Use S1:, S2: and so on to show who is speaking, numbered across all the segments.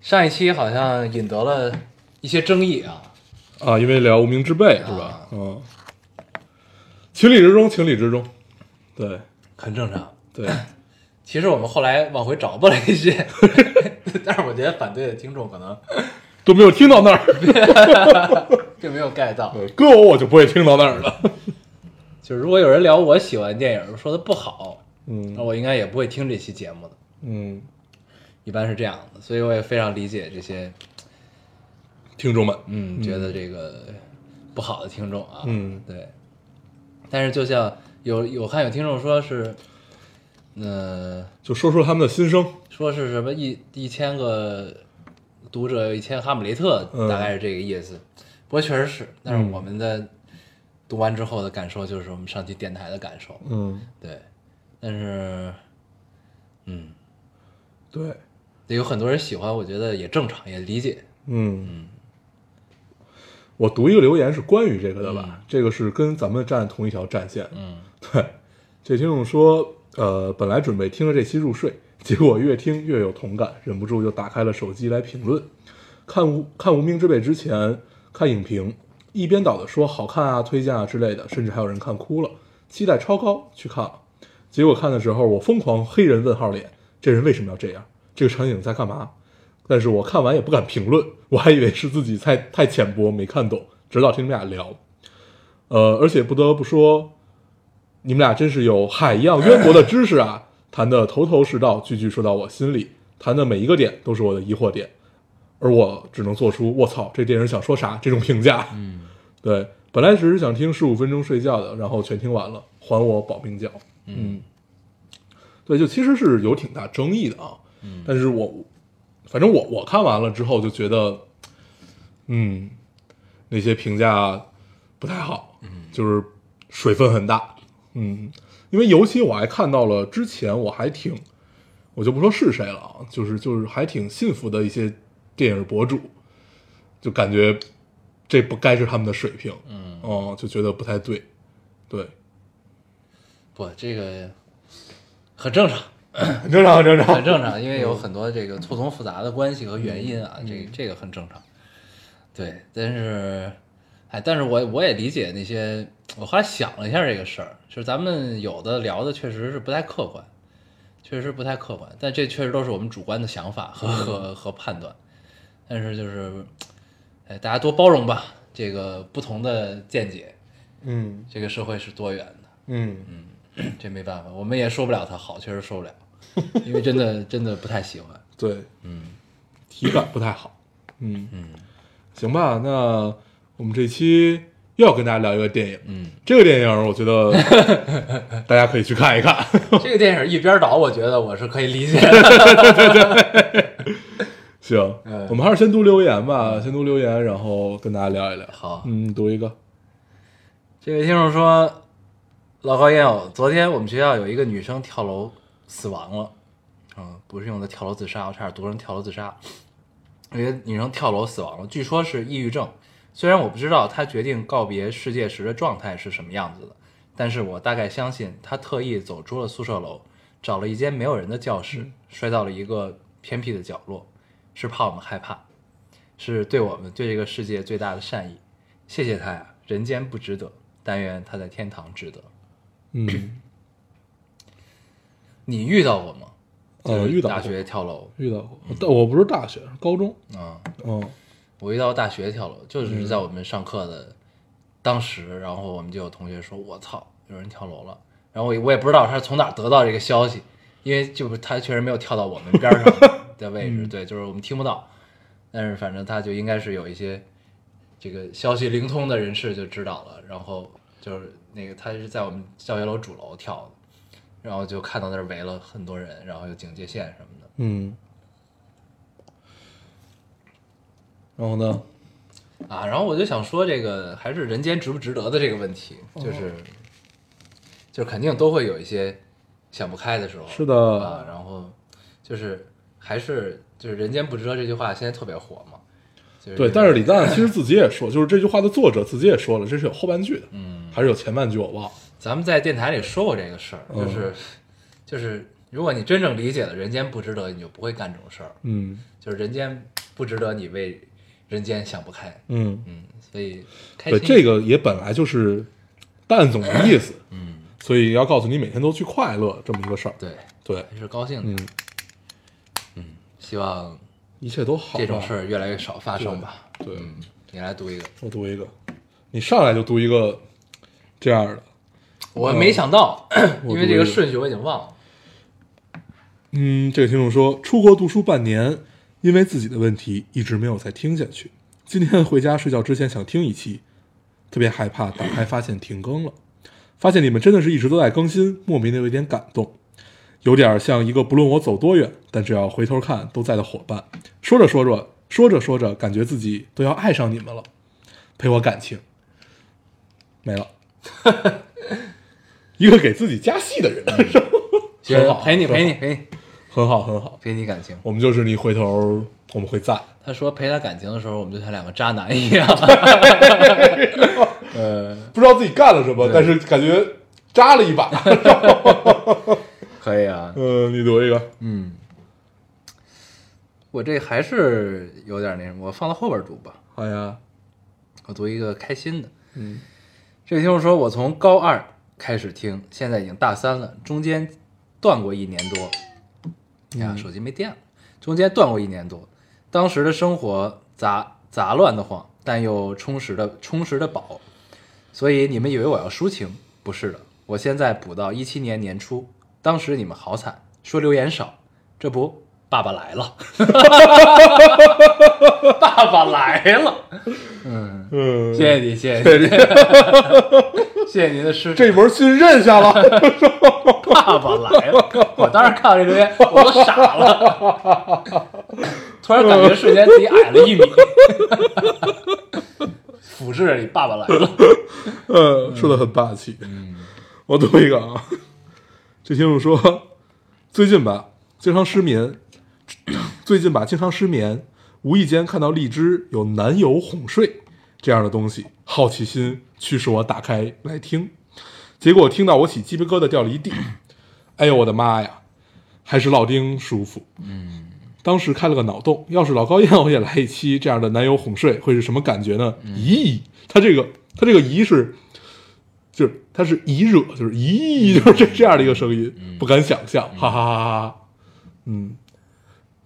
S1: 上一期好像引得了一些争议啊，
S2: 啊，因为聊无名之辈是吧？嗯，情理之中，情理之中。对
S1: 很正常。
S2: 对，
S1: 其实我们后来往回找补了一些，但是我觉得反对的听众可能
S2: 都没有听到那儿。
S1: 并没有 get 到。
S2: 对搁我我就不会听到那儿了。
S1: 就是如果有人聊我喜欢的电影说的不好，那
S2: 嗯
S1: 我应该也不会听这期节目的，
S2: 嗯，
S1: 一般是这样的。所以我也非常理解这些
S2: 听众们，
S1: 嗯，觉得这个不好的听众啊，
S2: 嗯
S1: 对。但是就像有有看有听众说是，呃，
S2: 就说出他们的心声。
S1: 说是什么一一千个读者有一千哈姆雷特，
S2: 嗯
S1: 大概是这个意思。不过确实是，但是
S2: 嗯
S1: 我们的读完之后的感受就是我们上期电台的感受，
S2: 嗯，
S1: 对。但是，嗯，
S2: 对，
S1: 对有很多人喜欢，我觉得也正常，也理解。
S2: 嗯。我读一个留言是关于这个的吧，这个是跟咱们站同一条战线。
S1: 嗯，
S2: 对，这听众说，呃，本来准备听了这期入睡， 结果越听越有同感，忍不住就打开了手机来评论。看无看《无名之辈》之前，看影评，一边倒的说好看啊、推荐啊之类的，甚至还有人看哭了，期待超高，去看了。结果看的时候，我疯狂黑人问号脸，这人为什么要这样？这个场景在干嘛？但是我看完也不敢评论，我还以为是自己太太浅薄没看懂，直到听你们俩聊。呃，而且不得不说，你们俩真是有海一样渊博的知识啊，谈的头头是道，句句说到我心里，谈的每一个点都是我的疑惑点，而我只能做出“卧槽，这电影想说啥”这种评价。
S1: 嗯，
S2: 对，本来只是想听十五分钟睡觉的，然后全听完了，还我保命觉。嗯，对，就其实是有挺大争议的啊。嗯，但是我反正我我看完了之后就觉得，嗯，那些评价不太好，嗯，就是水分很大，嗯，因为尤其我还看到了之前我还挺，我就不说是谁了啊，就是就是还挺信服的一些电影博主，就感觉这不该是他们的水平，嗯，哦，就觉得不太对，对，
S1: 不，这个很正常。
S2: 很正常，很正常，
S1: 很正常，因为有很多这个错综复杂的关系和原因啊，这这个很正常。对，但是，哎，但是我我也理解那些，我后来想了一下这个事儿，就是咱们有的聊的确实是不太客观，确实不太客观，但这确实都是我们主观的想法和和和判断。但是就是，哎，大家多包容吧，这个不同的见解，
S2: 嗯
S1: 这个社会是多元的。
S2: 嗯，
S1: 这没办法，我们也说不了他好，确实说不了，因为真的真的不太喜欢。
S2: 对，嗯，体感不太好，嗯嗯，行吧，那我们这期又要跟大家聊一个电影，
S1: 嗯，
S2: 这个电影我觉得大家可以去看一看，
S1: 这个电影一边倒，我觉得我是可以理解的。
S2: 行，我们还是先读留言吧，先读留言，然后跟大家聊一聊，
S1: 好
S2: 嗯，读一个，
S1: 这位听众说，老高烟友，昨天我们学校有一个女生跳楼死亡了，嗯，不是用的跳楼自杀，我差点读成跳楼自杀。有一个女生跳楼死亡了，据说是抑郁症。虽然我不知道她决定告别世界时的状态是什么样子的，但是我大概相信她特意走出了宿舍楼，找了一间没有人的教室，摔到了一个偏僻的角落，是怕我们害怕，是对我们对这个世界最大的善意。谢谢他呀，人间不值得，但愿他在天堂值得。
S2: 嗯，
S1: 你遇到过吗？
S2: 呃，
S1: 就是
S2: 遇到
S1: 大
S2: 过，
S1: 学跳楼
S2: 遇到过，但我不是大学，高中，
S1: 啊、
S2: 嗯
S1: 我遇到大学跳楼，就是在我们上课的、当时，然后我们就有同学说：“我操，有人跳楼了。”然后我也我也不知道他是从哪儿得到这个消息，因为就是他确实没有跳到我们边儿上的位置，对，就是我们听不到。但是反正他就应该是有一些这个消息灵通的人士就知道了，然后就是那个他是在我们教学楼主楼跳的。然后就看到那儿围了很多人，然后有警戒线什么的。
S2: 嗯，然后呢，
S1: 啊，然后我就想说，这个还是人间值不值得的这个问题，
S2: 哦
S1: 就是，就是肯定都会有一些想不开的时候。
S2: 是的
S1: 啊，然后就是还是就是“人间不值得”这句话现在特别火嘛。就是这
S2: 对，
S1: 个
S2: 但是李诞其实自己也说，就是这句话的作者自己也说了，这是有后半句的，嗯，还是有前半句我忘了。
S1: 咱们在电台里说过这个事儿，
S2: 嗯
S1: 就是、 就是，如果你真正理解了“人间不值得”，你就不会干这种事儿。
S2: 嗯
S1: 就是人间不值得，你为人间想不开。
S2: 嗯，
S1: 嗯，所以开
S2: 对，
S1: 心
S2: 这个也本来就是蛋总的意思，嗯， 所以要告诉你每天都去快乐这么一个事儿。
S1: 对
S2: 对，
S1: 还是高兴的。嗯
S2: 嗯，
S1: 希望
S2: 一切都好吧。
S1: 这种事儿越来越少发生吧。
S2: 对，
S1: 嗯，你来读一个，
S2: 我读一个，你上来就读一个这样的，
S1: 我没想 到，嗯因为这
S2: 我读一
S1: 个
S2: 个
S1: 顺序我已经忘了。
S2: 嗯，这个听众说，出国读书半年，因为自己的问题一直没有再听下去。今天回家睡觉之前想听一期，特别害怕打开发现停更了，发现你们真的是一直都在更新，莫名的有一点感动，有点像一个不论我走多远，但只要回头看都在的伙伴。说着说着，说着说着，感觉自己都要爱上你们了，陪我感情没了， 一个给自己加戏的人，
S1: 行
S2: 很好
S1: 陪你
S2: 很好
S1: 陪你陪你
S2: 很好很好。
S1: 陪你感情。
S2: 我们就是你回头我们会在，
S1: 他说陪他感情的时候，我们就像两个渣男一样。呃，
S2: 不知道自己干了什么，但是感觉扎了一 把。
S1: 可以啊。
S2: 嗯，你读一个，
S1: 嗯，我这还是有点那什么，我放到后边读吧。
S2: 好呀，
S1: 我读一个开心的。
S2: 嗯，
S1: 这位听众说，我从高二开始听，现在已经大三了，中间断过一年多。哎呀，手机没电了，中间断过一年多。当时的生活杂杂乱的慌，但又充实的充实的饱。所以你们以为我要抒情？不是的，我现在补到一七年年初，当时你们好惨，说留言少，这不，爸爸来了， 爸爸来了。
S2: 嗯，
S1: 谢谢你，谢谢你，谢谢您的支持。
S2: 这门亲认啊下了。
S1: 爸爸来了，我当时看到这留言，我都傻了，突然感觉瞬间自己矮了一米，俯视着你，爸爸来了。
S2: 嗯，说的很霸气。嗯，我读一个啊， 这听众说，最近吧，经常失眠， 最近吧，经常失眠，无意间看到荔枝有男友哄睡这样的东西，好奇心驱使我打开来听，结果听到我起鸡皮疙瘩掉了一地， 哎呦我的妈呀，还是老丁舒服。嗯。当时开了个脑洞，要是老高要我也来一期这样的男友哄睡，会是什么感觉呢？咦、他这个他这个咦是，就是他是咦惹，就是咦，就是这这样的一个 声音，不敢想象，哈哈哈哈哈。嗯，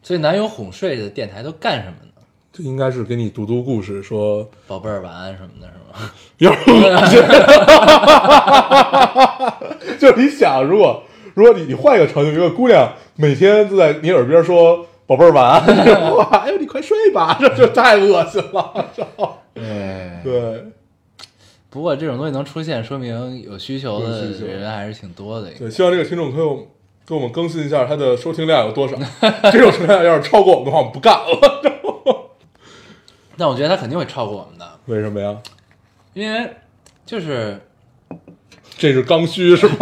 S1: 所以男友哄睡的电台都干什么呢？
S2: 这应该是给你读读故事，说
S1: 宝贝儿晚安什么的，是吗？
S2: 有点恶心。 就是你想，如果如果你你换一个场景，有一个姑娘每天都在你耳边说“宝贝儿晚安”，这 种话，哎呦你快睡吧， 这就太恶心了。 这
S1: 对。
S2: 对
S1: 不过这种东西能出现，说明有需求的
S2: 有需求
S1: 人还是挺多的。
S2: 对，希望这个听众朋友给我们更新一下他的收听量有 多少。这种收听量要是超过我们的话，我们不干了。
S1: 但我觉得他肯定会超过我们的，
S2: 为什么呀？
S1: 因为就是
S2: 这是刚需是吗？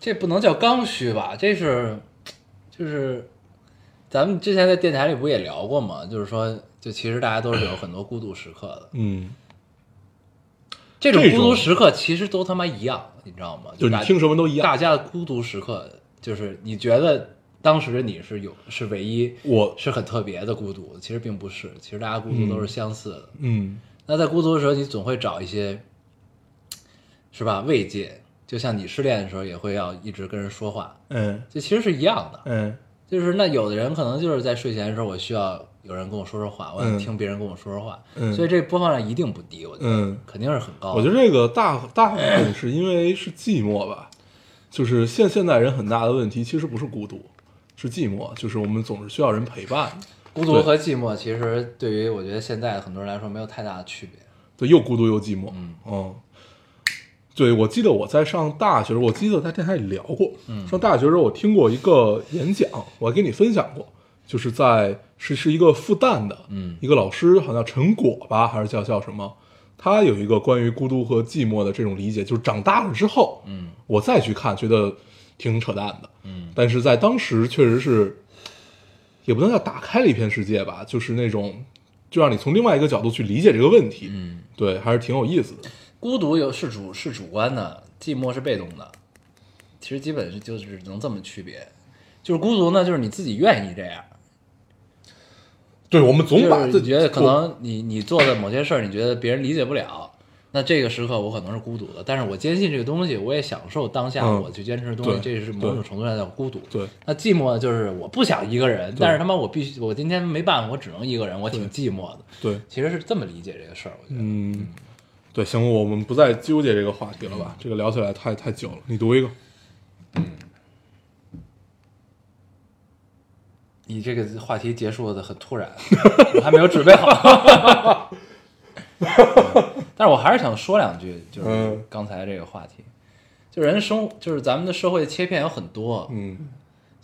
S1: 这不能叫刚需吧？这是，就是，咱们之前在电台里不也聊过吗？就是说，就其实大家都是有很多孤独时刻的，
S2: 嗯，
S1: 这种
S2: 这种
S1: 孤独时刻其实都他妈一样，你知道吗？
S2: 就你
S1: 大
S2: 听什么都一样。
S1: 大家的孤独时刻，就是你觉得当时你是有是唯一，
S2: 我
S1: 是很特别的孤独，其实并不是，其实大家孤独都是相似的。
S2: 嗯，
S1: 那在孤独的时候，你总会找一些，是吧？慰藉，就像你失恋的时候也会要一直跟人说话，
S2: 嗯
S1: 这其实是一样的。
S2: 嗯
S1: 就是那有的人可能就是在睡前的时候，我需要有人跟我说说话，我想
S2: 嗯
S1: 听别人跟我说说话，
S2: 嗯
S1: 所以这播放量一定不低，我觉得、
S2: 嗯
S1: 肯定是很高的。
S2: 我觉得这个大大部分是因为是寂寞吧，就是现现代人很大的问题其实不是孤独，是寂寞，就是我们总是需要人陪伴，
S1: 孤独和寂寞其实对于我觉得现在很多人来说没有太大的区别。
S2: 对，又孤独又寂寞，嗯对，我记得我在上大学的时候，
S1: 嗯
S2: 我记得在电台里聊过，上大学的时候我听过一个演讲，我还跟你分享过，就是在是是一个复旦的，
S1: 嗯
S2: 一个老师，好像陈果吧，还是叫叫什么？他有一个关于孤独和寂寞的这种理解，就是长大了之后，
S1: 嗯
S2: 我再去看，觉得挺扯淡的。
S1: 嗯
S2: 但是在当时确实是，也不能叫打开了一片世界吧，就是那种就让你从另外一个角度去理解这个问题，
S1: 嗯，
S2: 对，还是挺有意思的。
S1: 孤独有是主是主观的，寂寞是被动的，其实基本是就是能这么区别。就是孤独呢，就是你自己愿意这样，
S2: 对，我们总把
S1: 就
S2: 自
S1: 是
S2: 己
S1: 觉得可
S2: 做
S1: 能你你做的某些事儿，你觉得别人理解不了，那这个时刻我可能是孤独的，但是我坚信这个东西，我也享受当下
S2: 嗯
S1: 我去坚持的东西，
S2: 对
S1: 这是某种程度上叫孤独。
S2: 对，
S1: 那寂寞呢就是我不想一个人，但是他妈我必须，我今天没办法，我只能一个人，我挺寂寞的。
S2: 对，
S1: 其实是这么理解这个事儿，我觉得。
S2: 嗯，对，行，我们不再纠结这个话题了吧？这个聊起来太太久了。你读一个，
S1: 你这个话题结束的很突然， 我还没有准备好。 但是我还是想说两句，就是
S2: 嗯
S1: 刚才这个话题，就人生，就是咱们的社会切片有很多，
S2: 嗯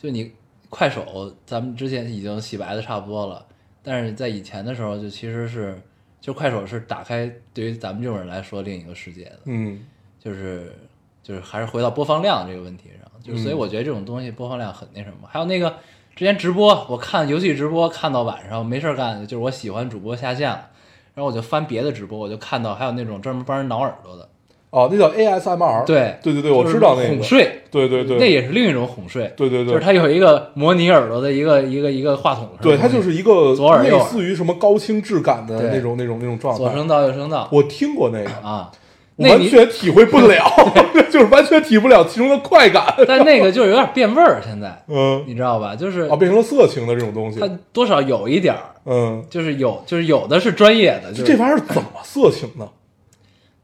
S1: 就你快手，咱们之前已经洗白的差不多了，但是在以前的时候，就其实是，就快手是打开对于咱们这种人来说另一个世界的，
S2: 嗯
S1: 就是就是还是回到播放量这个问题上，
S2: 嗯
S1: 就是所以我觉得这种东西播放量很那什么。还有那个之前直播，我看游戏直播看到晚上没事儿干，就是我喜欢主播下线了，然后我就翻别的直播，我就看到还有那种专门帮人挠耳朵的，
S2: 哦，那叫 ASMR，
S1: 对
S2: 对对对，
S1: 就
S2: 我
S1: 是
S2: 知道那
S1: 哄
S2: 个，
S1: 睡，
S2: 对对对，
S1: 那也是另一种哄睡，
S2: 对对对
S1: 就是它有一个模拟耳朵的一个一个一个话筒，
S2: 对，它就是一个
S1: 左耳右
S2: 类
S1: 耳
S2: 似于什么高清质感的
S1: 对
S2: 那种那种那种状
S1: 左
S2: 态。
S1: 声道右声道
S2: 我听过那个，
S1: 啊，
S2: 我
S1: 那
S2: 完
S1: 你
S2: 全体会不了， 就是完全体不了其中的快感。
S1: 但那个就是有点变味儿，现在
S2: 嗯，
S1: 你知道吧？就是
S2: 啊，变成了色情的这种东西
S1: 它。多少有一点儿，
S2: 嗯，
S1: 就是有就是有的是专业的，就
S2: 这
S1: 是
S2: 这玩意儿怎么色情呢？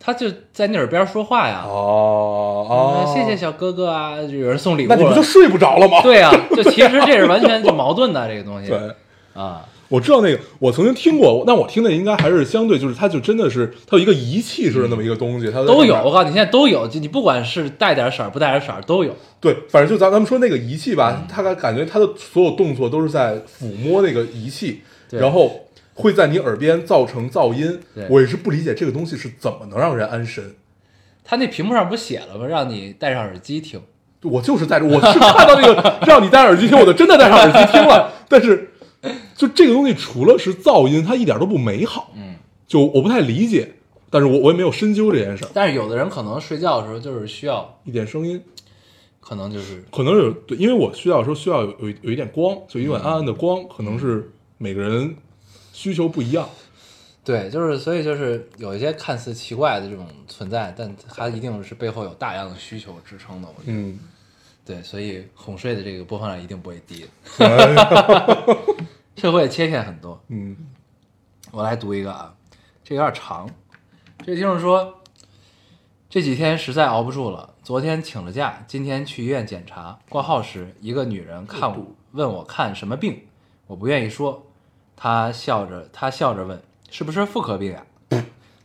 S1: 他就在你耳边说话呀，
S2: 哦
S1: 啊嗯
S2: 哦，
S1: 谢谢。小哥哥啊，就有人送礼物
S2: 那你不
S1: 了
S2: 就，睡不着了吗？
S1: 对呀、啊就其实这是完全就矛盾的这个 东西，
S2: 对。
S1: 啊，
S2: 我知道那个，我曾经听过，但我听的应该还是相对，就是它就真的是它有一个仪器似的那么一个东西，它在
S1: 都有，
S2: 上
S1: 我
S2: 面。
S1: 告诉你，现在都有，就你不管是带点色儿不带点色儿都有，
S2: 对，反正就咱咱们说那个仪器
S1: 嗯
S2: 吧，它感感觉它的所有动作都是在抚摸那个仪器，
S1: 对
S2: 然后会在你耳边造成噪音
S1: 对。
S2: 我也是不理解这个东西是怎么能让人安神。
S1: 他那屏幕上不写了吗？让你戴上耳机听，
S2: 我就是戴着，我是看到那个让你戴耳机听，我就真的戴上耳机听 了。但是，就这个东西除了是噪音，它一点都不美好。
S1: 嗯，
S2: 就我不太理解，但是我我也没有深究这件事儿。
S1: 但是有的人可能睡觉的时候就是需要，
S2: 一点声音，
S1: 可能就是
S2: 可能有对，因为我需要说需要有有一有一点光，就一点暗暗的光，可能是每个人需求不一样。
S1: 对，就是所以就是有一些看似奇怪的这种存在，但它一定是背后有大量的需求支撑的，我觉得，
S2: 嗯，
S1: 对，所以哄睡的这个播放量一定不会低的。 社会切片很多，
S2: 嗯，
S1: 我来读一个啊，这有点长。这听众说，这几天实在熬不住了，昨天请了假，今天去医院检查，挂号时一个女人看我，问我看什么病，我不愿意说，她笑着，她笑着问是不是妇科病啊？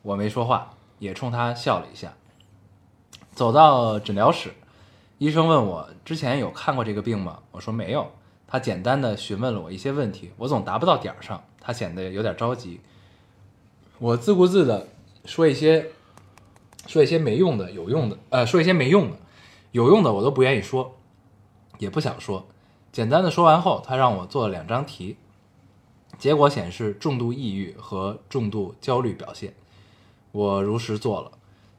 S1: 我没说话，也冲她笑了一下。走到诊疗室，医生问我之前有看过这个病吗？我说没有。他简单的询问了我一些问题，我总答不到点儿上，他显得有点着急。我自顾自的说一些说一些没用的、有用的，呃，说一些没用的、有用的我都不愿意说，也不想说。简单的说完后，他让我做了两张题，结果显示重度抑郁和重度焦虑表现。我如实做了，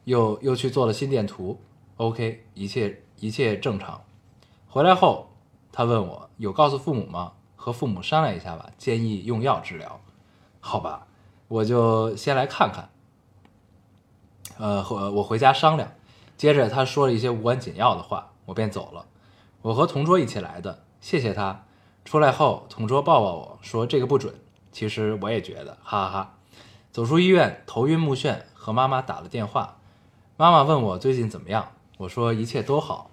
S1: 又又去做了心电图，OK，一切一切正常。回来后，他问我有告诉父母吗？和父母商量一下吧，建议用药治疗。好吧，我就先来看看。呃，和我回家商量。接着他说了一些无关紧要的话，我便走了。我和同桌一起来的，谢谢他。出来后，同桌抱抱我说这个不准。其实我也觉得，哈哈哈。走出医院，头晕目眩，和妈妈打了电话。妈妈问我最近怎么样，我说一切都好，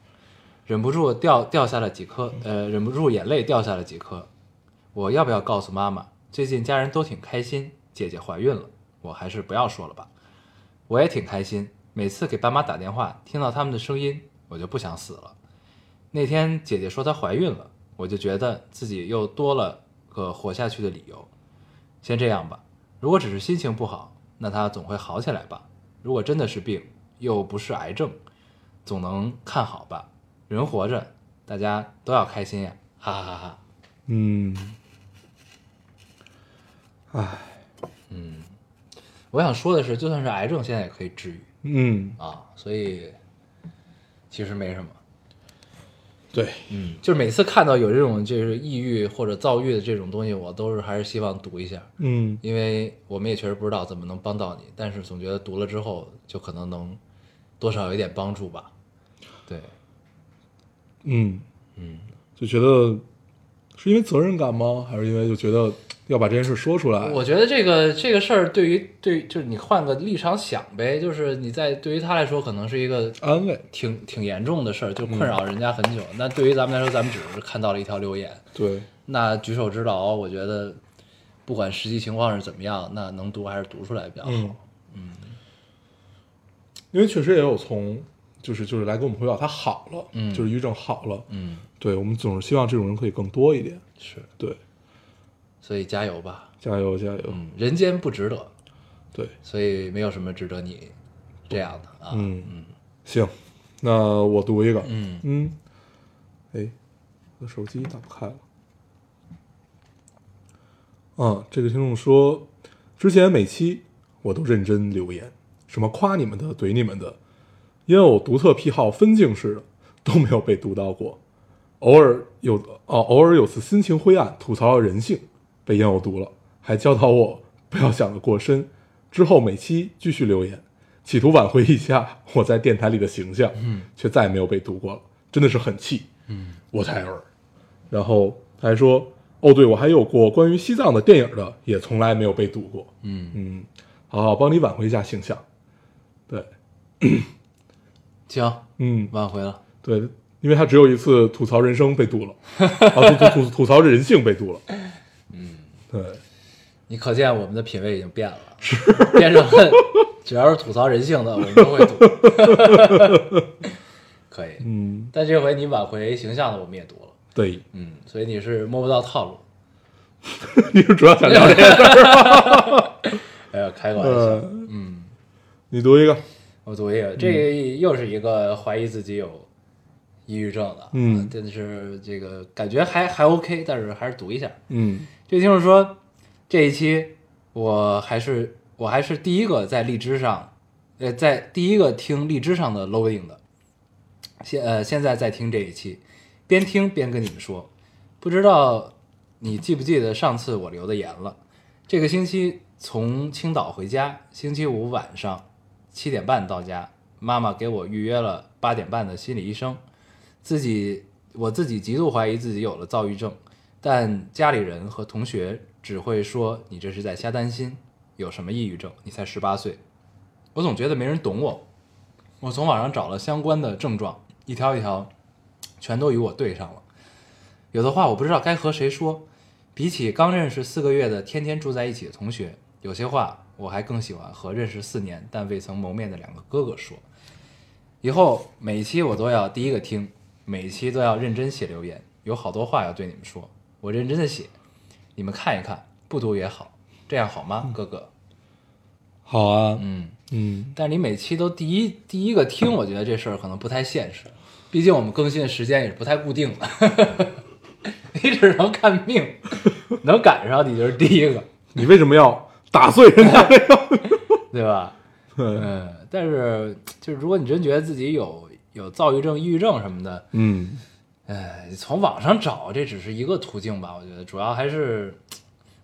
S1: 忍不住掉掉下了几颗，呃，忍不住眼泪掉下了几颗。我要不要告诉妈妈？最近家人都挺开心，姐姐怀孕了，我还是不要说了吧。我也挺开心，每次给爸妈打电话，听到他们的声音，我就不想死了。那天姐姐说她怀孕了，我就觉得自己又多了个活下去的理由。先这样吧，如果只是心情不好，那他总会好起来吧。如果真的是病，又不是癌症，总能看好吧。人活着，大家都要开心呀，哈哈哈哈。
S2: 嗯，唉，
S1: 我想说的是，就算是癌症，现在也可以治愈
S2: 嗯，
S1: 啊，所以其实没什么。
S2: 对，
S1: 嗯，就是每次看到有这种就是抑郁或者躁郁的这种东西，我都是还是希望读一下，
S2: 嗯，
S1: 因为我们也确实不知道怎么能帮到你，但是总觉得读了之后就可能能多少有一点帮助吧。对，
S2: 嗯，
S1: 嗯，
S2: 就觉得是因为责任感吗？还是因为就觉得要把这件事说出来？
S1: 我觉得这个这个事儿对于对就是你换个立场想呗，就是你在对于他来说可能是一个
S2: 安慰，
S1: 挺挺严重的事儿，就
S2: 嗯
S1: 困扰人家很久。那对于咱们来说，咱们只是看到了一条留言，
S2: 对，
S1: 那举手之劳，我觉得不管实际情况是怎么样，那能读还是读出来比较好。
S2: 嗯，因为确实也有从就是就是来跟我们回报他好了，
S1: 嗯
S2: 就是抑郁症好了，
S1: 嗯，
S2: 对我们总是希望这种人可以更多一点，
S1: 是，
S2: 对，
S1: 所以加油吧。
S2: 加油加油，
S1: 嗯，人间不值得，
S2: 对，
S1: 所以没有什么值得你这样的啊。
S2: 嗯行，那我读一个，
S1: 嗯
S2: 嗯，哎，我的手机打不开了。啊，这个听众说，之前每期我都认真留言，什么夸你们的、怼你们的，因为我独特癖好分镜式的都没有被读到过。偶尔有哦，偶尔有次心情灰暗，吐槽人性，被烟偶读了，还教导我不要想得过深。之后每期继续留言，企图挽回一下我在电台里的形象，嗯，却再也没有被读过了，真的是很气，嗯，我才尔。然后他还说，哦，对我还有过关于西藏的电影的，也从来没有被读过，
S1: 嗯，
S2: 嗯，好好帮你挽回一下形象，对，
S1: 行，
S2: 嗯，
S1: 挽回了。
S2: 对，因为他只有一次吐槽人生被读了，啊，吐吐吐吐槽人性被读了， 嗯，对，
S1: 你可见我们的品味已经变了，变成了只要是吐槽人性的，我们都会读。 可以，
S2: 嗯，
S1: 但这回你挽回形象的，我们也读了。
S2: 对，
S1: 嗯，所以你是摸不到套路。
S2: 你是主要想聊这个事儿，
S1: 哎呀，开个玩笑。
S2: 呃，嗯，你读一个，
S1: 我读一个，这又是一个怀疑自己有抑郁症的，
S2: 嗯
S1: 啊真的是这个感觉还还 OK，但是还是读一下。
S2: 嗯
S1: 这听众说，这一期我还是我还是第一个在荔枝上，呃，在第一个听荔枝上的 loading 的，现呃现在在听这一期，边听边跟你们说，不知道你记不记得上次我留的言了？这个星期从青岛回家，星期五晚上七点半到家，妈妈给我预约了八点半的心理医生，自己我自己极度怀疑自己有了躁郁症，但家里人和同学只会说你这是在瞎担心，有什么抑郁症？你才十八岁，我总觉得没人懂我。我从网上找了相关的症状，一条一条，全都与我对上了。有的话我不知道该和谁说。比起刚认识四个月的天天住在一起的同学，有些话我还更喜欢和认识四年但未曾谋面的两个哥哥说。以后每一期我都要第一个听，每一期都要认真写留言，有好多话要对你们说，我认真的写，你们看一看，不读也好，这样好吗，哥哥？
S2: 好啊，
S1: 嗯，
S2: 嗯，
S1: 但是你每期都第一第一个听，我觉得这事儿可能不太现实，毕竟我们更新的时间也是不太固定的， 你只能看命，能赶上你就是第一个，
S2: 你为什么要打碎人家这个？
S1: 对吧？
S2: 对
S1: 嗯，但是就是如果你真觉得自己有有躁郁症、抑郁症什么的，
S2: 嗯，
S1: 哎，从网上找这只是一个途径吧，我觉得主要还是，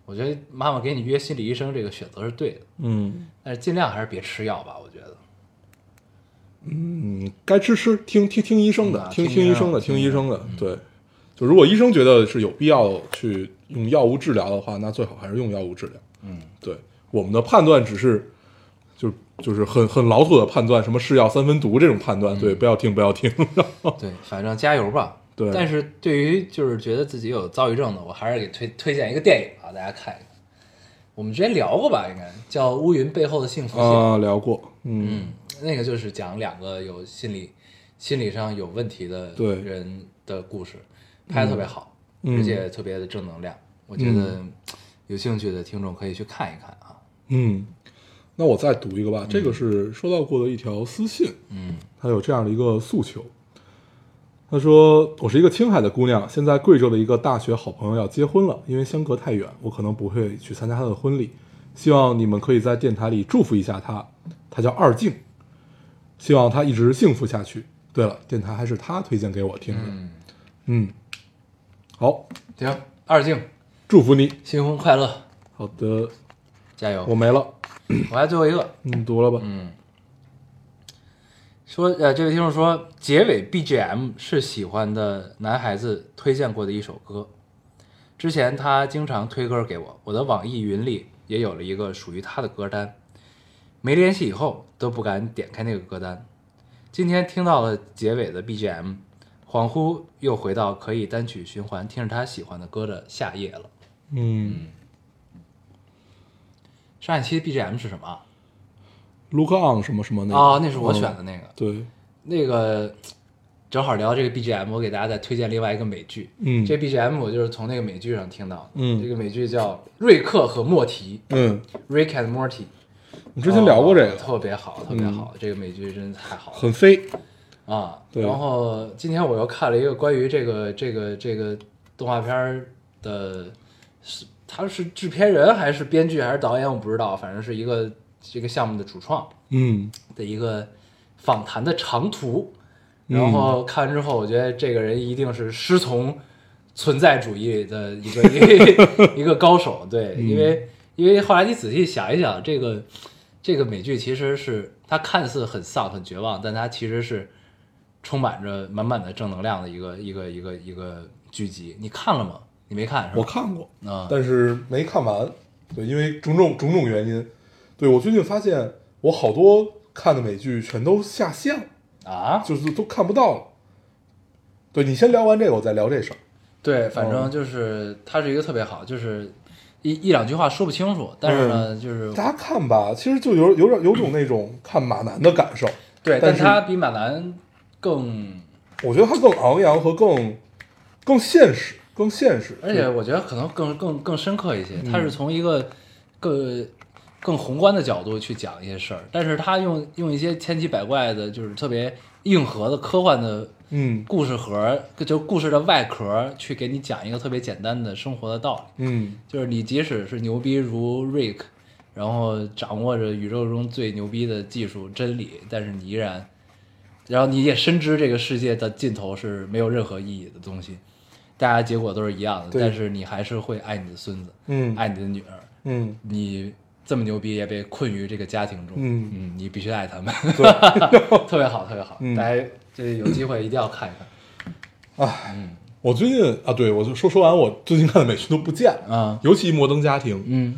S1: 我觉得妈妈给你约心理医生这个选择是对的，
S2: 嗯
S1: 但是尽量还是别吃药吧，我觉得。
S2: 嗯，该吃吃，听听听医生的，
S1: 嗯啊
S2: 听
S1: 听
S2: 听
S1: 医
S2: 医
S1: 生
S2: 生
S1: 的
S2: 的，听医生嗯的。对，就如果医生觉得是有必要去用药物治疗的话，那最好还是用药物治疗。
S1: 嗯，
S2: 对，我们的判断只是，就就是很很老土的判断，什么是药三分毒这种判断，对，不要听，不要听。
S1: 对，反正加油吧。
S2: 对
S1: 但是对于就是觉得自己有躁郁症的，我还是给推推荐一个电影啊，大家看一看。我们之前聊过吧，应该叫《乌云背后的幸福线》。
S2: 啊，聊过，嗯，
S1: 嗯，那个就是讲两个有心理心理上有问题的
S2: 对
S1: 人的故事，拍的特别好，
S2: 嗯
S1: 而且特别的正能量。我觉得有兴趣的听众可以去看一看啊。
S2: 嗯，那我再读一个吧，这个是收到过的一条私信，
S1: 嗯，
S2: 他有这样的一个诉求。他说：“我是一个青海的姑娘，现在贵州的一个大学好朋友要结婚了，因为相隔太远，我可能不会去参加她的婚礼。希望你们可以在电台里祝福一下她，她叫二静，希望她一直幸福下去。对了，电台还是她推荐给我听的。嗯，好，
S1: 行，二静，
S2: 祝福你。
S1: 新婚快乐，
S2: 好的，
S1: 加油！
S2: 我没了，
S1: 我还最后一个，
S2: 你读了吧。
S1: 嗯说，呃，这位听众说，结尾 BGM 是喜欢的男孩子推荐过的一首歌。之前他经常推歌给我，我的网易云里也有了一个属于他的歌单。没联系以后都不敢点开那个歌单。今天听到了结尾的 BGM，恍惚又回到可以单曲循环听着他喜欢的歌的夏夜了。
S2: 嗯
S1: 上一期 BGM 是什么啊？
S2: ，Look on 什么什么那个嗯
S1: 哦，那是我选的那个。
S2: 对，
S1: 那个正好聊这个 BGM，我给大家再推荐另外一个美剧。
S2: 嗯
S1: 这 BGM 我就是从那个美剧上听到的。
S2: 嗯
S1: 这个美剧叫《瑞克和莫提
S2: 嗯，》
S1: （Rick and Morty）。
S2: 我之前聊过这个，
S1: 哦
S2: 嗯
S1: 特别好，特别好，这个美剧真的太好了
S2: 很飞，
S1: 啊！
S2: 对
S1: 然后今天我又看了一个关于这个这个这个动画片儿的，是他是制片人还是编剧还是导演，我不知道，反正是一个这个项目的主创。
S2: 嗯
S1: 的一个访谈的长图，然后看完之后，我觉得这个人一定是师从存在主义的一个一 个一个高手，对，因为因为后来你仔细想一想，这个这个美剧其实是它看似很丧很绝望，但它其实是充满着满满的正能量的一个一个一个一个剧集，你看了吗？你没看是
S2: 我
S1: 吧？
S2: 看过，
S1: 啊
S2: 但是没看完，对，因为种种种种原因，对我最近发现我好多看的美剧全都下线了，
S1: 啊，
S2: 就是都看不到了。对你先聊完这个，我再聊这事儿。
S1: 对，反正就是它是一个特别好，就是一一两句话说不清楚，但是呢，就是
S2: 大家看吧，其实就有有点有种那种看马男的感受，
S1: 对，
S2: 但
S1: 但
S2: 是
S1: 他比马南更，
S2: 我觉得他更昂扬和更更现实，更现实。
S1: 而且我觉得可能更更更深刻一些。
S2: 嗯
S1: 他是从一个更更宏观的角度去讲一些事儿，但是他用用一些千奇百怪的，就是特别硬核的科幻的
S2: 嗯
S1: 故事盒，就故事的外壳，去给你讲一个特别简单的生活的道理。
S2: 嗯
S1: 就是你即使是牛逼如 Rick，然后掌握着宇宙中最牛逼的技术真理，但是你依然，然后你也深知这个世界的尽头是没有任何意义的东西，大家结果都是一样的，
S2: 对
S1: 但是你还是会爱你的孙子，
S2: 嗯
S1: 爱你的女儿，
S2: 嗯，
S1: 你这么牛逼也被困于这个家庭中，
S2: 嗯
S1: 你必须爱他们， 特别好，特别好，大家这有机会一定要看一看
S2: 我最近啊，对我就说说完，我最近看的美剧都不见了，
S1: 啊，
S2: 尤其《摩登家庭》，
S1: 嗯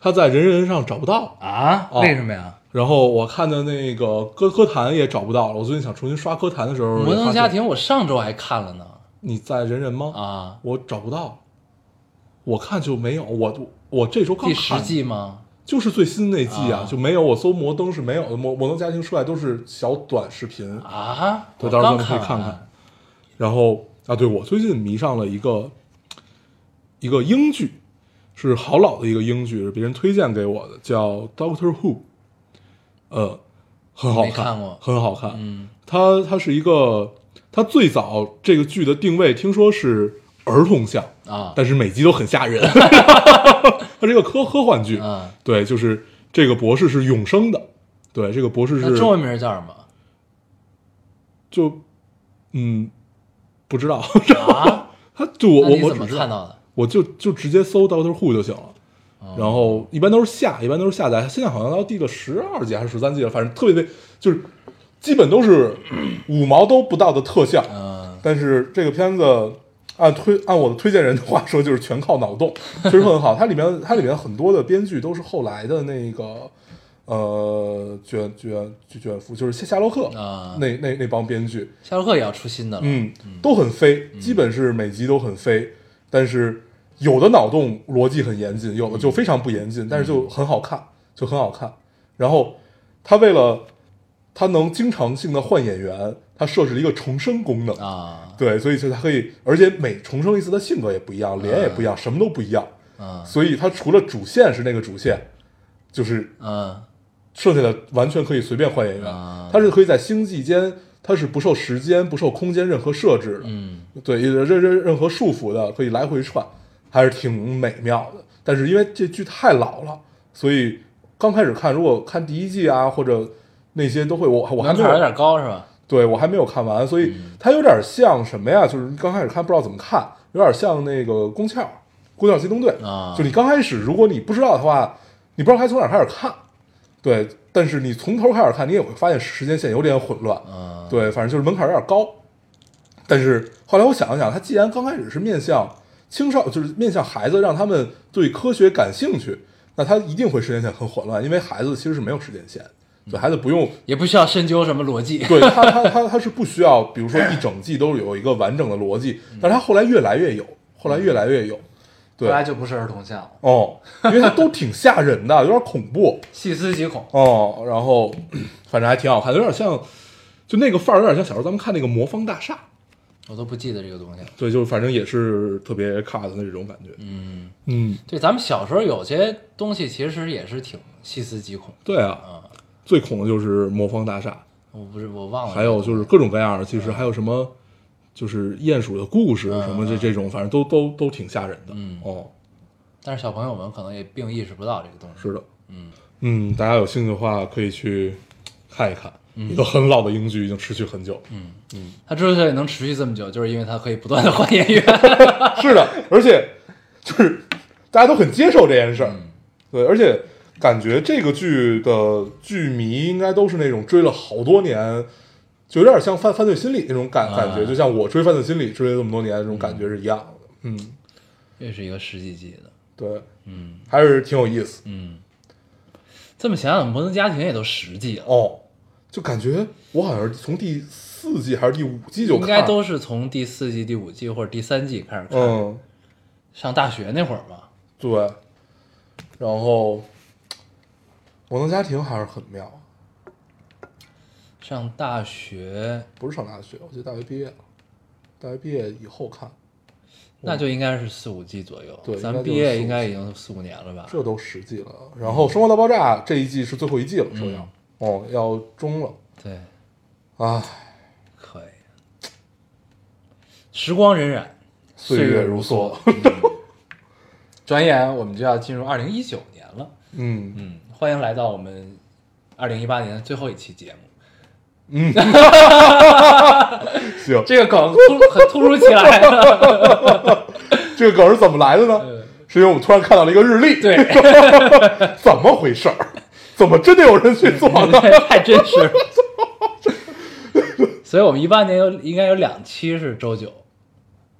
S2: 他在人人上找不到，
S1: 啊，
S2: 哦
S1: 为什么呀？
S2: 然后我看的那个歌歌坛也找不到了。我最近想重新刷歌坛的时候，
S1: 摩
S2: 也发
S1: 登
S2: 现
S1: 家庭我上周还看了呢，
S2: 你在人人吗？，
S1: 啊，
S2: 我找不到了，我看就没有。我我这周刚
S1: 第
S2: 看
S1: 十季吗？
S2: 就是最新那季啊，
S1: 啊
S2: 就没有。我搜摩登是没有的，摩摩登家庭出来都是小短视频，
S1: 啊，
S2: 对，
S1: 我
S2: 到时
S1: 刚
S2: 候咱们可以看
S1: 完
S2: 看。然后啊，对我最近迷上了一个一个英剧，是好老的一个英剧，是别人推荐给我的，叫《Doctor Who》，呃，很好
S1: 没看过
S2: 很好看。嗯，它它是一个，它最早这个剧的定位听说是儿童向，
S1: 啊，
S2: 但是每集都很吓人。 它是一个科科幻剧，
S1: 嗯
S2: 对，就是这个博士是永生的，对，这个博士
S1: 那
S2: 是
S1: 中文名叫什么？
S2: 就嗯，不知道。
S1: 啊，
S2: 他就我
S1: 那
S2: 我
S1: 你
S2: 我
S1: 怎么
S2: 只知
S1: 看
S2: 道，
S1: 到的？
S2: 我就就直接搜 Doctor Who 就行了。
S1: 哦
S2: 然后一般都是下，一般都是下载。现在好像到第个十二季还是十三季了，反正特别的，就是基本都是五毛都不到的特效。
S1: 嗯，
S2: 但是这个片子按推按我的推荐人的话说，就是全靠脑洞，其实很好。它里面它里面很多的编剧都是后来的那个呃卷卷卷福，就是夏夏洛克
S1: 啊
S2: 那那那帮编剧，
S1: 夏洛克也要出新的了。
S2: 嗯，都很飞，基本是每集都很飞，但是有的脑洞逻辑很严谨，有的就非常不严
S1: 嗯
S2: 谨，但是就很好看，就很好看。然后他为了他能经常性的换演员，他设置了一个重生功能。
S1: 啊，
S2: 对，所以就他可以，而且每重生一次的性格也不一样，
S1: 啊
S2: 脸也不一样，什么都不一样。
S1: 嗯
S2: 所以他除了主线是那个主线，就是
S1: 嗯
S2: 剩下的完全可以随便换演员
S1: 啊。
S2: 他是可以在星际间，他是不受时间、不受空间任何设置的，
S1: 嗯
S2: 对，任任任何束缚的，可以来回串，还是挺美妙的。但是因为这剧太老了，所以刚开始看，如果看第一季啊或者那些都会，我我还
S1: 门
S2: 没
S1: 槛嗯儿有嗯
S2: 有
S1: 点高是吧？
S2: 对我还没有看完，所以它有点像什么呀？就是刚开始看不知道怎么看，有点像那个《宫壳》《宫壳机动队》
S1: 啊
S2: 就你刚开始如果你不知道的话，你不知道该从哪儿开始看，对。但是你从头开始看，你也会发现时间线有点混乱，
S1: 嗯
S2: 对，反正就是门槛有点高。但是后来我想了想，它既然刚开始是面向青少，就是面向孩子，让他们对科学感兴趣，那它一定会时间线很混乱，因为孩子其实是没有时间线，所以孩子不用
S1: 也不需要深究什么逻辑。
S2: 对他，他他他是不需要，比如说一整季都有一个完整的逻辑，但是他后来越来越有，后来越来越有， 对
S1: 后，来就不是儿童像了，
S2: 哦，因为他都挺吓人的，有点恐怖
S1: 细思极恐。
S2: 哦，然后 反正还挺好看，有点像，就那个范儿有点像小时候咱们看那个魔方大厦，
S1: 我都不记得这个东西了。
S2: 对，就是反正也是特别 cut 的那种感觉，嗯嗯，
S1: 对，咱们小时候有些东西其实也是挺细思极恐。
S2: 对啊，最恐的就是魔方大厦，
S1: 我不是我忘了，
S2: 还有就是各种各样的，其实还有什么，就是鼹鼠的故事什么这这种，反正都都都挺吓人的，
S1: 嗯
S2: 哦。
S1: 但是小朋友们可能也并意识不到这个东西。
S2: 是的，嗯嗯，大家有兴趣的话可以去看一看，一个很老的英剧，已经持续很久。嗯，
S1: 它之所以能持续这么久，就是因为它可以不断的换演员。
S2: 是的，而且就是大家都很接受这件事儿，
S1: 嗯
S2: 对，而且感觉这个剧的剧迷应该都是那种追了好多年。就有点像犯犯罪心理那种感感觉，
S1: 啊
S2: 就像我追犯罪心理追了这么多年那种感觉是一样的。嗯，
S1: 这是一个十几季的，
S2: 对，嗯，还是挺有意思。
S1: 嗯，这么想想，《摩登家庭》也都十季了，
S2: 哦，就感觉我好像是从第四季还是第五季就
S1: 应
S2: 看，
S1: 该都是从第四季、第五季或者第三季开始看，
S2: 嗯，
S1: 上大学那会儿吧。
S2: 对，然后《摩登家庭》还是很妙，
S1: 上大学
S2: 不是上大学，我记得大学毕业了，大学毕业以后看，
S1: 那就应该是四五季左右，
S2: 对
S1: 咱
S2: 应该
S1: 们
S2: 就
S1: 毕业
S2: 是
S1: 应该已经四五年了吧？
S2: 这都十季了。然后《生活大爆炸》这一季是最后一季了，说要、哦要终了，
S1: 对，
S2: 唉，
S1: 可以。时光荏苒，
S2: 岁
S1: 月嗯
S2: 月如梭。
S1: 转眼我们就要进入二零一九年了。
S2: 嗯
S1: 嗯，欢迎来到我们二零一八年的最后一期节目。
S2: 嗯，行，
S1: 这个梗突很突如其 来的，
S2: 这个梗是怎么来的呢？是因为我们突然看到了一个日 历，，
S1: 对，
S2: 怎么回事儿？怎么真的有人去做呢？
S1: 太真实了。所以我们一八年有应该有两期是周九，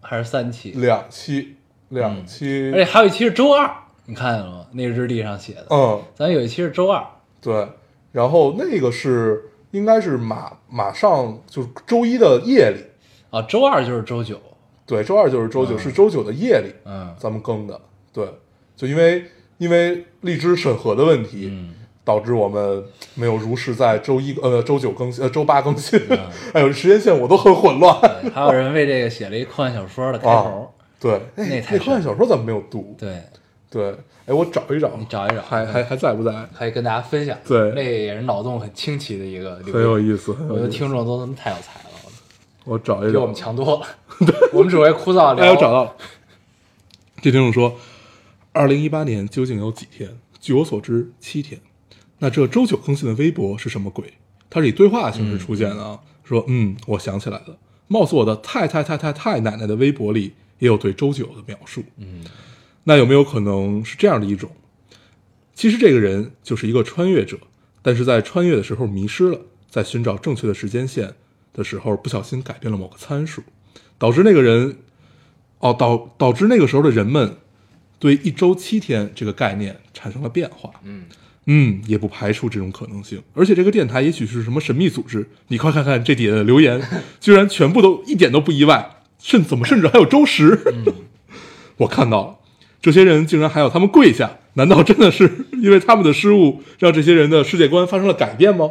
S1: 还是三期？
S2: 两期，两期
S1: 而，且还有一期是周二，你看见了吗？那日历上写的，
S2: 嗯，
S1: 咱有一期是周二，
S2: 对，然后那个是应该是马马上就是周一的夜里，
S1: 啊，周二就是周九，
S2: 对，周二就是周九，是周九的夜里，
S1: 嗯
S2: 咱们更的，对，就因为因为荔枝审核的问题，
S1: 嗯，
S2: 导致我们没有如实在周一呃周九更新呃周八更新，
S1: 嗯
S2: 哎呦时间线我都很混乱，
S1: 对还有人为这个写了一科幻小说的开头，
S2: 对，那
S1: 那
S2: 那
S1: 太
S2: 科幻
S1: 神
S2: 小说咱们没有读，
S1: 对，
S2: 对，哎我找一找，
S1: 你找一找，
S2: 还还还在不在？
S1: 可以跟大家分享，
S2: 对
S1: 那也是脑洞很清奇的一个留
S2: 很有
S1: 言，
S2: 意思，很
S1: 我觉
S2: 有
S1: 得
S2: 意思，
S1: 听众都他妈太有才了。
S2: 我找一
S1: 比
S2: 找，
S1: 我们强多了。我们只会枯燥聊。
S2: 哎，我找到了。这听众说，二零一八年究竟有几天？据我所知，七天。那这周九更新的微博是什么鬼？它是以对话形式出现的啊。说，嗯，我想起来了，貌似我的太太太太太奶奶的微博里也有对周九的描述。嗯，那有没有可能是这样的一种？其实这个人就是一个穿越者，但是在穿越的时候迷失了，在寻找正确的时间线的时候不小心改变了某个参数，导致那个人，哦导导致那个时候的人们对一周七天这个概念产生了变化。
S1: 嗯
S2: 嗯，也不排除这种可能性。而且这个电台也许是什么神秘组织，你快看看这底下的留言， 居然全部都一点都不意外，甚怎么甚至还有周十。我看到了，这些人竟然还要他们跪下， 难道真的是因为他们的失误让这些人的世界观发生了改变吗？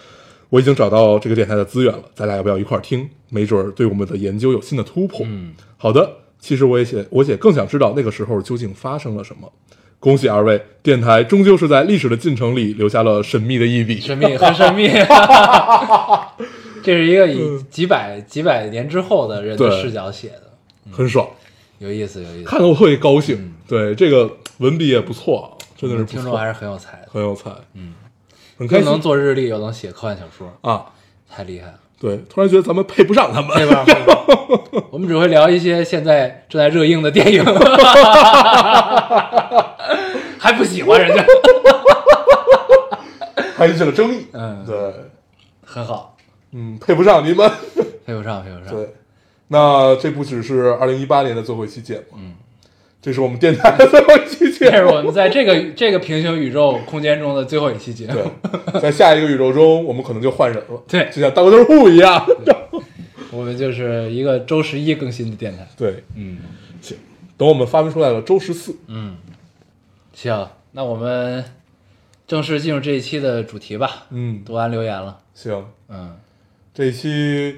S2: 我已经找到这个电台的资源了，咱俩要不要一块儿听？没准儿对我们的研究有新的突破。嗯，好的。其实我也写，我也更想知道那个时候究竟发生了什么。恭喜二位，电台终究是在历史的进程里留下了神秘的一笔。
S1: 神秘很神秘， 这是一个以几百几百年之后的人的
S2: 嗯对
S1: 视角写的，
S2: 很爽，
S1: 有意思有意思。
S2: 看得我特别高兴。对，这个文笔也不错，啊，真的是
S1: 嗯
S2: 不
S1: 听众
S2: 错，
S1: 还是很有才的，
S2: 很有才。嗯，很
S1: 又
S2: 开
S1: 能
S2: 心
S1: 做日历，又能写科幻小说，
S2: 啊。
S1: 太厉害了。
S2: 对，突然觉得咱们配不上他们。
S1: 对吧？ 我们只会聊一些现在正在热映的 电影，还不喜欢人家，
S2: 还引起了争议。
S1: 嗯
S2: 对，
S1: 很好，
S2: 嗯，配不上你们。
S1: 配不上，配不上。
S2: 对，那这不只是二零一八年的最后一期节目，嗯，这是我们电台的最后一期节
S1: 这是
S2: 目。
S1: 我们在这个这个平行宇宙空间中的最后一期节目。
S2: 对，在下一个宇宙中，我们可能就换人了，
S1: 对
S2: 就像大头户一 样。
S1: 我们就是一个周十一更新的电台。
S2: 对，
S1: 嗯
S2: 行，等我们发明出来了，周十四，
S1: 嗯，行，那我们正式进入这一期的主题吧。
S2: 嗯，
S1: 读完留言了，
S2: 行，
S1: 嗯
S2: 这一期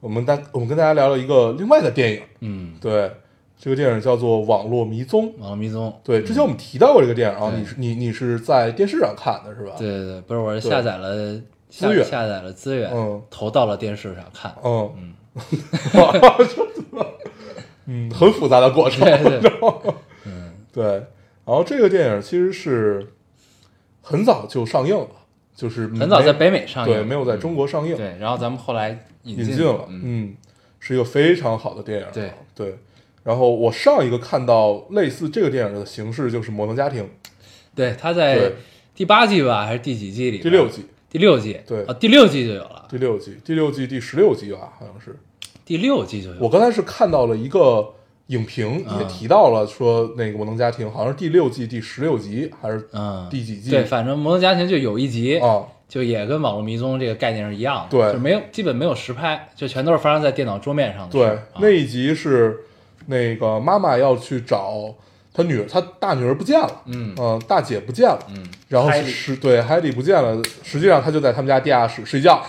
S2: 我们大我们跟大家聊了一个另外的电影，
S1: 嗯，
S2: 对，这个电影叫做《网络迷踪》。
S1: 网络迷踪，
S2: 对，之前我们提到过这个电影啊，
S1: 嗯对
S2: 你是你你是在电视上看的是吧？
S1: 对，对对，不是，我是下载了下
S2: 啊资源
S1: 下载了资源，
S2: 嗯
S1: 投到了电视上看。
S2: 嗯， 嗯，很复杂的过程。
S1: 对 对，
S2: 对，然后这个电影其实是很早就上映了，就是
S1: 很早
S2: 没
S1: 在北美上映，
S2: 对没有在中国上映，
S1: 对，然后咱们后来引
S2: 引
S1: 进
S2: 进了，
S1: 嗯，
S2: 嗯，是一个非常好的电影。
S1: 对
S2: 对，然后我上一个看到类似这个电影的形式就是《摩登家庭》
S1: 对，它在
S2: 对
S1: 第八季吧，还是第几季里？
S2: 第六，季，
S1: 第六季，
S2: 对
S1: 啊，第六季就有了，
S2: 第六季，第六季第十六集吧，好像是。
S1: 第六季就有了。
S2: 我刚才是看到了一个影评，
S1: 啊
S2: 也提到了说那个《摩登家庭》好像是第六季第十六集还是
S1: 嗯，
S2: 第几季
S1: 对，反正《摩登家庭》就有一集，
S2: 啊？
S1: 就也跟《网络迷踪》这个概念是一样的，
S2: 对
S1: 就没有基本没有实拍，就全都是发生在电脑桌面上的事
S2: 对
S1: 儿。，
S2: 那
S1: 啊
S2: 一集是那个妈妈要去找她女儿，她大女儿不见了，
S1: 嗯
S2: 呃大姐不见了，
S1: 嗯，
S2: 然后
S1: 海里
S2: 是对海里不见了，实际上她就在他们家地下室睡觉，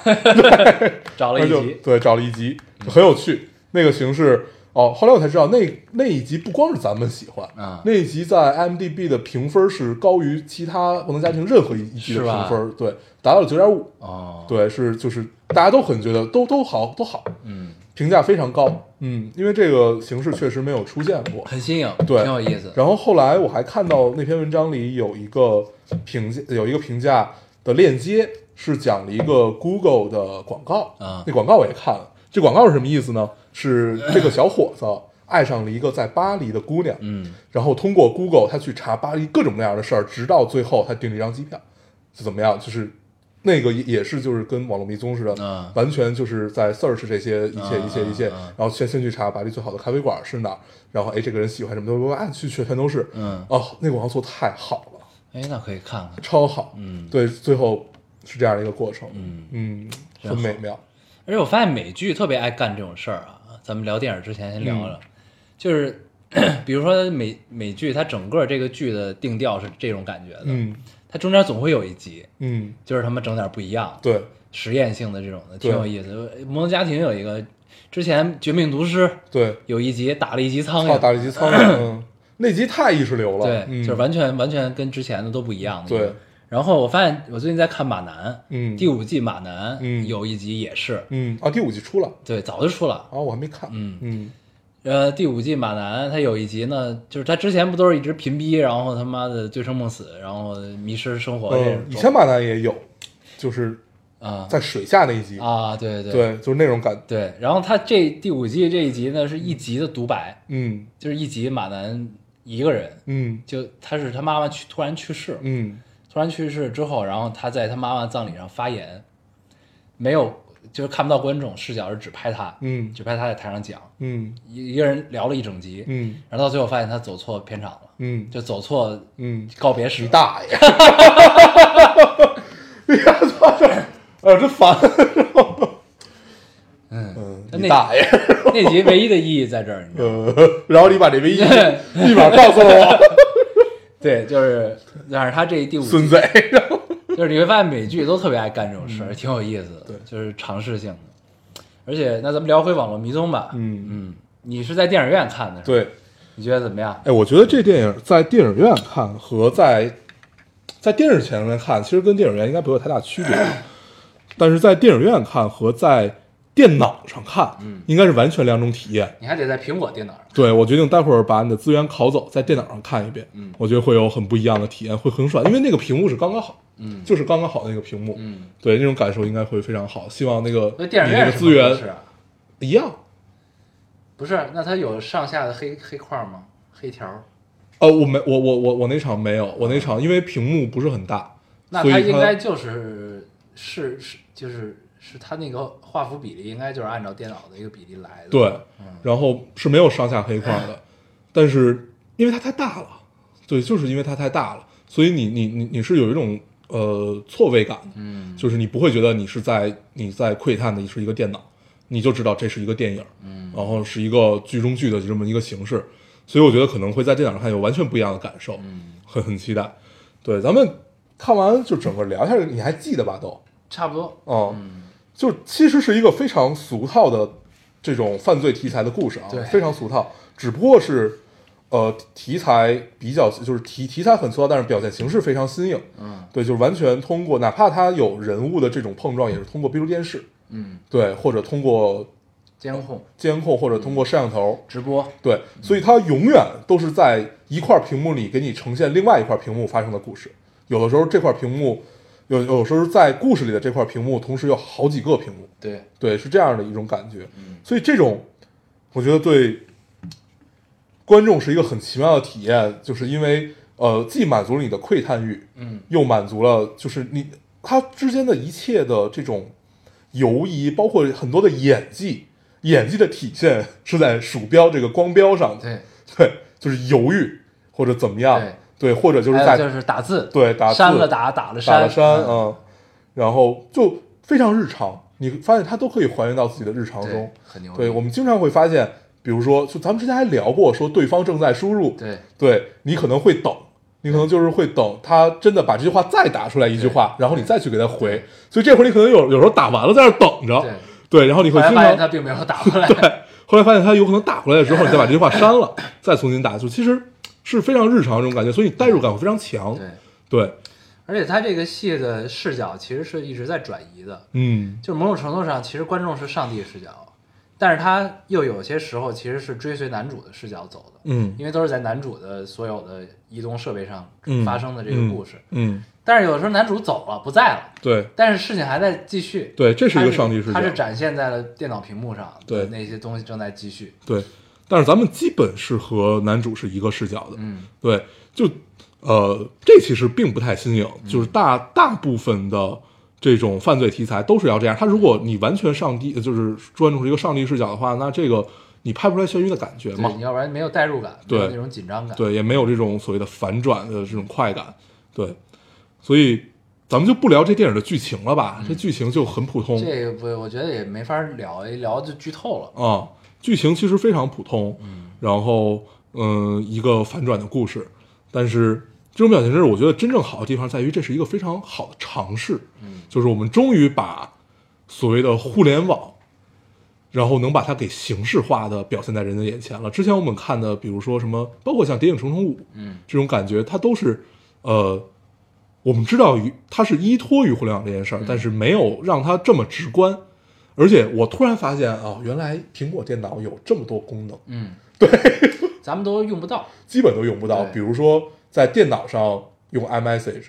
S1: 找了
S2: 她
S1: 一
S2: 就
S1: 集，嗯
S2: 对找了一集，很有趣，那个形式。哦，后来我才知道，那那一集不光是咱们喜欢，
S1: 啊
S2: 那一集在 IMDB 的评分是高于其他《摩登家庭》任何一一集的
S1: 是吧
S2: 评分，对，达到了九点五，
S1: 哦，
S2: 对，是就是大家都很觉得都都好都好，
S1: 嗯，
S2: 评价非常高，嗯，因为这个形式确实没有出现过。
S1: 很新颖，
S2: 对
S1: 挺有意思。
S2: 然后后来我还看到那篇文章里有一个评价，有一个评价的链接是讲了一个 Google 的广告
S1: 啊
S2: 那广告我也看了。这广告是什么意思呢？是这个小伙子爱上了一个在巴黎的姑娘，
S1: 嗯，
S2: 然后通过 Google 他去查巴黎各种各样的事儿，直到最后他订了一张机票，就怎么样？就是那个也也是就是跟网络迷踪似的，
S1: 嗯
S2: 完全就是在 search 这些一切
S1: 嗯
S2: 一切一切，
S1: 嗯嗯
S2: 然后先先去查巴黎最好的咖啡馆是哪儿，然后哎这个人喜欢什么都啊去去全都是，
S1: 嗯
S2: 哦那个广告做得太好了，
S1: 哎，那可以看看。
S2: 超好，
S1: 嗯
S2: 对，最后是这样的一个过程，
S1: 嗯
S2: 嗯，很美妙，
S1: 而且我发现美剧特别爱干这种事儿啊。咱们聊电影之前先聊
S2: 嗯
S1: 聊，就是 比如说美美剧，它整个这个剧的定调是这种感觉的，
S2: 嗯
S1: 它中间总会有一集，
S2: 嗯，
S1: 就是他们整点不一样的，
S2: 对，
S1: 实验性的这种的，
S2: 对
S1: 挺有意思的。摩登家庭有一个，之前《绝命毒师》
S2: 对，
S1: 有一集打了一集苍
S2: 操
S1: 蝇，
S2: 打了一集 苍蝇，嗯，那集太意识流了，
S1: 对，
S2: 嗯、
S1: 就是完全完全跟之前的都不一样的。
S2: 对。
S1: 然后我发现我最近在看《马男》，
S2: 嗯
S1: 第五季《马男》
S2: 嗯
S1: 有一集也是，
S2: 嗯啊，第五季出了
S1: 对，早就出了。
S2: 啊，我还没看，
S1: 嗯
S2: 嗯
S1: 呃，第五季马男他有一集呢，就是他之前不都是一直贫逼，然后他妈的醉生梦死，然后迷失生活这种
S2: 嗯，以前马男也有，就是
S1: 啊
S2: 在水下那一集，
S1: 啊，对对
S2: 嗯对，就是那种感，
S1: 对然后他这第五季这一集呢是一集的独白，
S2: 嗯
S1: 就是一集马男一个人，
S2: 嗯
S1: 就他是他妈妈去突然去世，
S2: 嗯
S1: 突然去世之后，然后他在他妈妈葬礼上发言，没有就是看不到观众视角，是只拍他，
S2: 嗯
S1: 只拍他在台上讲，
S2: 嗯
S1: 一一个人聊了一整集，
S2: 嗯
S1: 然后到最后发现他走错片场了，
S2: 嗯
S1: 就走错
S2: 嗯，
S1: 告别时
S2: 你大爷！哎呀，操这哎呦，真烦！嗯
S1: 那
S2: 嗯，你大爷！
S1: 那集唯一的意义在这儿，你知道吗？
S2: 呃，然后你把这唯一密码告诉了我，
S1: 对，就是，但是他这第五集
S2: 孙子。
S1: 就是你会发现美剧都特别爱干这种事儿，挺有意思的，
S2: 对
S1: 就是尝试性的。而且，那咱们聊回《网络迷踪》吧。
S2: 嗯
S1: 嗯，你是在电影院看的，，
S2: 对，
S1: 你觉得怎么样？
S2: 哎，我觉得这电影在电影院看和在在电视前面看，其实跟电影院应该不会有太大区别，但是在电影院看和在电脑上看，嗯，应该是完全两种体验。
S1: 你还得在苹果电脑上。
S2: 对，我决定待会儿把你的资源拷走，在电脑上看一遍，嗯，我觉得会有很不一样的体验，会很爽，因为那个屏幕是刚刚好，嗯，就是刚刚好的那个屏幕，
S1: 嗯，
S2: 对，那种感受应该会非常好。希望那个
S1: 所以电影
S2: 你那
S1: 院
S2: 个
S1: 是
S2: 资源
S1: 是啊
S2: 一样，
S1: 不是？那它有上下的黑黑框吗？黑条儿？
S2: 呃，我没，我我我我那场没有，我那场因为屏幕不是很大，
S1: 那
S2: 所以
S1: 它
S2: 它
S1: 应该就是是是就是是它那个画幅比例应该就是按照电脑的一个比例来的。
S2: 对，然后是没有上下黑框的，但是因为它太大了，对，就是因为它太大了，所以你你你你是有一种呃错位感的，嗯，就是你不会觉得你是在你在窥探的你是一个电脑，你就知道这是一个电影，嗯，然后是一个剧中剧的这么一个形式，所以我觉得可能会在电脑上看有完全不一样的感受，嗯，很很期待，对，咱们看完就整个聊一下，你还记得吧都？
S1: 差不多。
S2: 哦，就其实是一个非常俗套的这种犯罪题材的故事啊
S1: 对，
S2: 非常俗套，只不过是呃题材比较就是题题材很俗套，但是表现形式非常新颖。嗯，对，就是完全通过哪怕它有人物的这种碰撞，也是通过闭路电视，
S1: 嗯，
S2: 对，或者通过
S1: 监控
S2: 监控或者通过摄像头，
S1: 直播。
S2: 对，所以它永远都是在一块屏幕里给你呈现另外一块屏幕发生的故事。有的时候这块屏幕，有有时候在故事里的这块屏幕，同时有好几个屏幕，
S1: 对，
S2: 对，是这样的一种感觉。
S1: 嗯
S2: 所以这种，我觉得对观众是一个很奇妙的体验，就是因为呃，既满足了你的窥探欲，
S1: 嗯，
S2: 又满足了就是你它之间的一切的这种游移，包括很多的演技，演技的体现是在鼠标这个光标上 的，
S1: 对，
S2: 对，就是犹豫或者怎么样，对，或者就是
S1: 还有
S2: 在
S1: 就是打字，
S2: 对打字
S1: 删了打，打了
S2: 打了
S1: 删
S2: 山，嗯，然后就非常日常，你发现它都可以还原到自己的日常中
S1: 对，，很牛逼。
S2: 对，我们经常会发现，比如说，就咱们之前还聊过，说对方正在输入，
S1: 对
S2: 对你可能会等，你可能就是会等他真的把这句话再打出来一句话，然后你再去给他回，所以这会儿你可能有有时候打完了在那儿等着，对，然后你
S1: 后
S2: 会
S1: 来
S2: 经
S1: 发现
S2: 常
S1: 他并没有打回来。
S2: 后来发现他有可能打回来的时候，你再把这句话删了，再重新打，就其实是非常日常的这种感觉，所以你代入感会非常强，
S1: 对，
S2: 对，
S1: 而且他这个戏的视角其实是一直在转移的，
S2: 嗯，
S1: 就是某种程度上，其实观众是上帝视角，但是他又有些时候其实是追随男主的视角走的，
S2: 嗯，
S1: 因为都是在男主的所有的移动设备上
S2: 嗯
S1: 发生的这个故事。
S2: 嗯，嗯，
S1: 但是有的时候男主走了，不在了。
S2: 对，
S1: 但是事情还在继续，
S2: 对这是一个上帝视角
S1: 它是展现在了电脑屏幕上，
S2: 对
S1: 那些东西正在继续，
S2: 对，但是咱们基本是和男主是一个视角的，
S1: 嗯，
S2: 对，就呃，这其实并不太新颖，
S1: 嗯
S2: 就是大大部分的这种犯罪题材都是要这样。他如果你完全上帝，就是专注是一个上帝视角的话，那这个你拍不出来眩晕的感觉嘛
S1: 对，，你要不然没有代入感，
S2: 对
S1: 没有那种紧张感，
S2: 对，也没有这种所谓的反转的这种快感，对，所以咱们就不聊这电影的剧情了吧，这剧情就很普通，
S1: 嗯这个不，我觉得也没法聊，一聊就剧透了。
S2: 啊，剧情其实非常普通，然后嗯、一个反转的故事，但是这种表现形式，我觉得真正好的地方在于，这是一个非常好的尝试，嗯，就是我们终于把所谓的互联网，然后能把它给形式化的表现在人的眼前了。之前我们看的，比如说什么，包括像《谍影重重五》，
S1: 嗯，
S2: 这种感觉，它都是呃。我们知道于它是依托于互联网这件事儿，但是没有让它这么直观，而且我突然发现啊，原来苹果电脑有这么多功能，
S1: 嗯，对，咱们都用不到。
S2: 基本都用不到。
S1: 对
S2: 比如说在电脑上用 iMessage，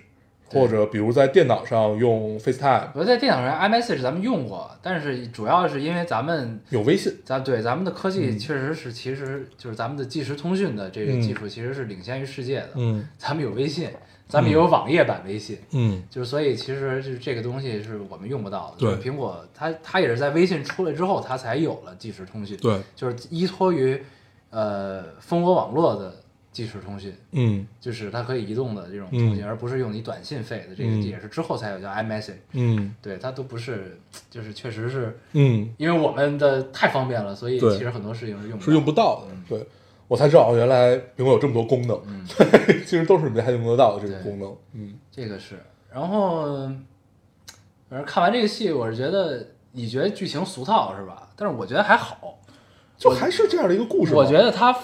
S1: 对
S2: 或者比如在电脑上用 FaceTime，
S1: 我在电脑上 iMessage 咱们用过，但是主要是因为咱们
S2: 有微信。
S1: 咱对咱们的科
S2: 嗯
S1: 技确实是，其实就是咱们的即时通讯的这个技术其实是领先于世界的。
S2: 嗯
S1: 咱们有微信，咱们也有网页版微信，
S2: 嗯，
S1: 就是所以其实就是这个东西是我们用不到的。
S2: 对
S1: 就是苹果它它也是在微信出来之后，它才有了即时通讯。，
S2: 对，
S1: 就是依托于呃蜂窝网络的即时通讯，
S2: 嗯
S1: 就是它可以移动的这种通讯，而不是用你短信费的这个，
S2: 嗯
S1: 也是之后才有叫 iMessage。
S2: 嗯
S1: 对，它都不是，就是确实是
S2: 嗯，
S1: 因为我们的太方便了，所以
S2: 对
S1: 其实很多事情是用
S2: 是用不
S1: 不到
S2: 到的。对，我才知道哦 原来苹果有这么多功能，对，其实都是没太用得到的这种
S1: 对
S2: 功能。嗯，
S1: 这个是，然后，反正看完这个戏，我是觉得你觉得剧情俗套是吧？但是我觉得还好，
S2: 就还是这样的一个故事吧。
S1: 我觉得他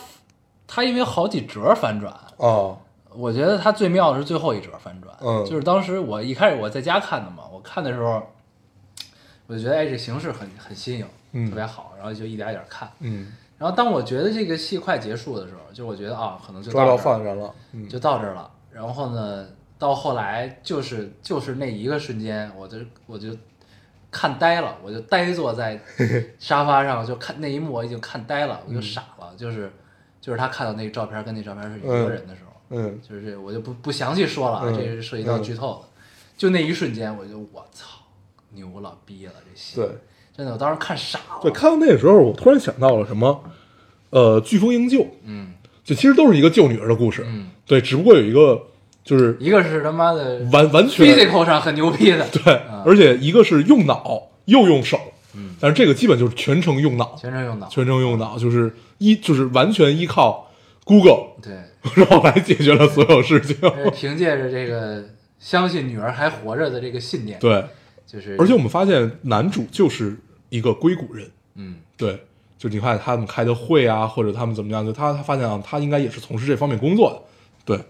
S1: 他因为有好几折反转，
S2: 啊，
S1: 我觉得它最妙的是最后一折反转，
S2: 嗯
S1: 就是当时我一开始我在家看的嘛，我看的时候，我就觉得哎这形式很很新颖，
S2: 嗯
S1: 特别好，然后就一点一点看，
S2: 嗯，
S1: 然后当我觉得这个戏快结束的时候，就我觉得啊可能就
S2: 抓到
S1: 到这儿
S2: 犯人了，嗯，
S1: 就到这儿了，然后呢到后来就是就是那一个瞬间，我就我就看呆了，我就呆坐 在沙发上，就看那一幕我已经看呆了，
S2: 嗯
S1: 我就傻了，就是就是他看到那个照片跟那照片是一个
S2: 嗯
S1: 人的时候。
S2: 嗯，
S1: 就是这我就不不详细说了，啊，
S2: 嗯
S1: 这是涉及到剧透的。就那一瞬间，我就我操，牛了逼了，这戏，
S2: 对
S1: 真的，我当时看傻了。
S2: 对，看到那个时候，我突然想到了什么，呃，飓风营救，
S1: 嗯
S2: 就其实都是一个救女儿的故事，
S1: 嗯，
S2: 对，只不过有一个就是
S1: 一个是他妈的
S2: 完完全
S1: physical 上很牛逼的，
S2: 对，而且一个是用脑又用手，
S1: 嗯，
S2: 但是这个基本就是全程用脑，
S1: 全程用脑，
S2: 全程用脑就是依就是完全依靠 Google，
S1: 对，
S2: 然后来解决了所有事情，
S1: 而且凭借着这个相信女儿还活着的这个信念，
S2: 对，
S1: 就是
S2: 而且我们发现男主就是一个硅谷人，
S1: 嗯
S2: 对，就你看他们开的会啊，或者他们怎么样，就他他发现啊，他应该也是从事这方面工作的，对，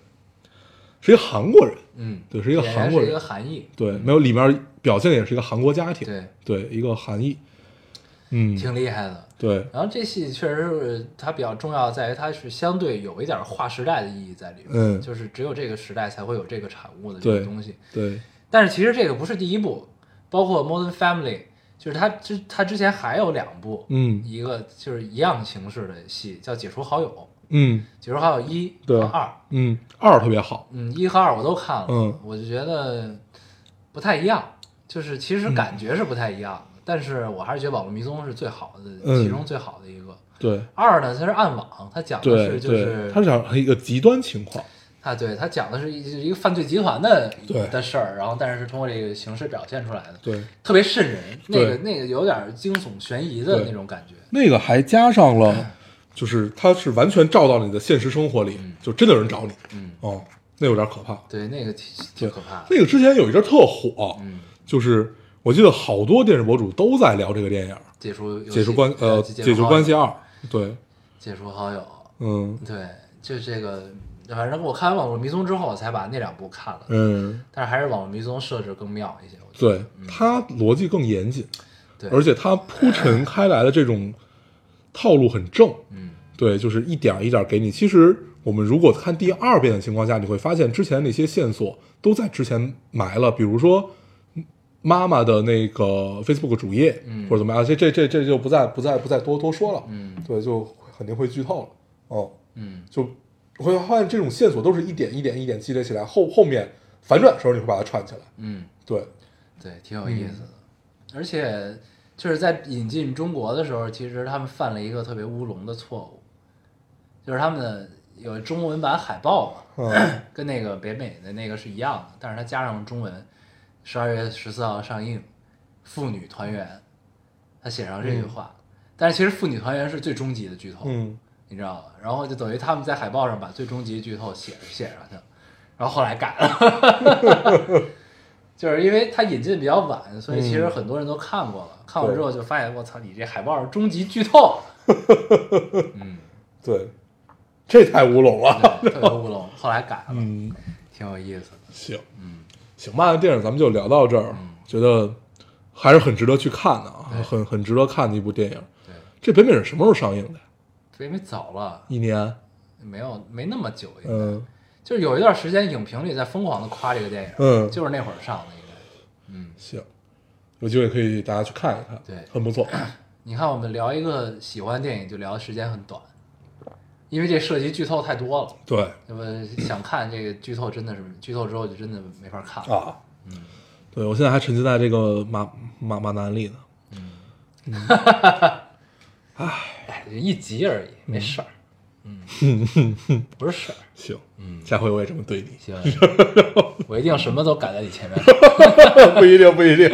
S2: 是一个韩国人，
S1: 嗯，
S2: 对，是一个
S1: 显
S2: 韩
S1: 然
S2: 国
S1: 是一
S2: 人
S1: 个，韩裔，
S2: 对，没有里面表现的也是一个韩国家庭，
S1: 对，
S2: 对，一个韩裔，嗯，
S1: 挺厉害的。
S2: 对，
S1: 然后这戏确实是它比较重要，在于它是相对有一点划时代的意义在里面，
S2: 嗯
S1: 就是只有这个时代才会有这个产物的这
S2: 对
S1: 个东西。
S2: 对，
S1: 但是其实这个不是第一部，包括《Modern Family》，就是它之它之前还有两部，
S2: 嗯
S1: 一个就是一样形式的戏叫《解除好友》，
S2: 嗯
S1: 《解除好友一》
S2: 对
S1: 和二，
S2: 嗯，二特别好，
S1: 嗯，一和二我都看了，
S2: 嗯
S1: 我就觉得不太一样，就是其
S2: 嗯
S1: 实感觉是不太一样的，但是我还是觉得《网络迷踪》是最好的，
S2: 嗯
S1: 其中最好的一个。
S2: 对。
S1: 二呢，它是暗网，它讲的
S2: 对
S1: 是就是
S2: 对，他讲一个极端情况，
S1: 啊，对，它讲的是一一个犯罪集团的
S2: 对
S1: 的事儿，然后但是是通过这个形式表现出来的，
S2: 对，
S1: 特别瘆人，那
S2: 对
S1: 个那个有点惊悚悬疑的
S2: 对
S1: 那种感觉，
S2: 那个还加上了，就是他是完全照到你的现实生活里，就真的有人找你，
S1: 嗯，
S2: 哦，那有点可怕。
S1: 对，那个挺
S2: 对
S1: 挺可怕的，
S2: 那个之前有一阵儿特火，
S1: 嗯，
S2: 就是我记得好多电视博主都在聊这个电影儿
S1: 解除游
S2: 《
S1: 戏
S2: 解除关呃解除
S1: 好
S2: 关
S1: 友
S2: 系二》，对，
S1: 解除好友，
S2: 嗯
S1: 对，就这个，反正我看完《网络迷踪》之后，我才把那两部看了，
S2: 嗯，
S1: 但是还是《网络迷踪》设置更妙一些，我觉得。
S2: 对，他逻辑更严谨，
S1: 对，
S2: 而且他铺陈开来的这种套路很正，
S1: 嗯，
S2: 对，就是一点儿一点儿给你。其实我们如果看第二遍的情况下，你会发现之前那些线索都在之前埋了，比如说嗯妈妈的那个 Facebook 主页，
S1: 嗯
S2: 或者怎么样，这这这这就不再不再不再多多说了，
S1: 嗯
S2: 对，就肯定会剧透了，哦，
S1: 嗯，
S2: 就会发现这种线索都是一点一点一点积累起来，后后面反转的时候你会把它串起来，
S1: 嗯，
S2: 对，
S1: 对，挺有意思的。而且就是在引进中国的时候，其实他们犯了一个特别乌龙的错误，就是他们的有中文版海报嘛，
S2: 嗯
S1: 跟那个北美的那个是一样的，但是它加上中文，十二月十四号上映，《妇女团圆》，他写上这句话，但是其实《妇女团圆》是最终极的剧透，
S2: 嗯
S1: 你知道吗？然后就等于他们在海报上把最终极剧透写写上去了，然后后来改了， 就是因为它引进比较晚，所以其
S2: 嗯
S1: 实很多人都看过了，看过之后就发现我操，你这海报是终极剧透，嗯，
S2: 对，这太乌龙了，
S1: 对，特别乌龙，后来改了，
S2: 嗯。
S1: 挺有意思的，
S2: 行，
S1: 嗯，
S2: 行吧，那电影咱们就聊到这儿，觉得还是很值得去看的啊，很很值得看的一部电影。
S1: 对，
S2: 这北美是什么时候上映的呀？
S1: 因为早了，
S2: 一年，
S1: 没有没那么久，应该
S2: 嗯
S1: 就是有一段时间影评里在疯狂的夸这个电影，
S2: 嗯
S1: 就是那会儿上的应该，嗯，
S2: 行，有机会可以大家去看一看，
S1: 对
S2: 很不 错。
S1: 你看，我们聊一个喜欢电影，就聊的时间很短，因为这涉及剧透太多了。
S2: 对
S1: 那么想看这个剧透，真的是剧透之后就真的没法看了。
S2: 啊，对我现在还沉浸在这个马马马南里呢。
S1: 哎，一集而已，没事儿。嗯，不是事儿。
S2: 行，嗯，下回我也这么对你，
S1: 行，我一定什么都赶在你前面。
S2: 不一定，不 一定，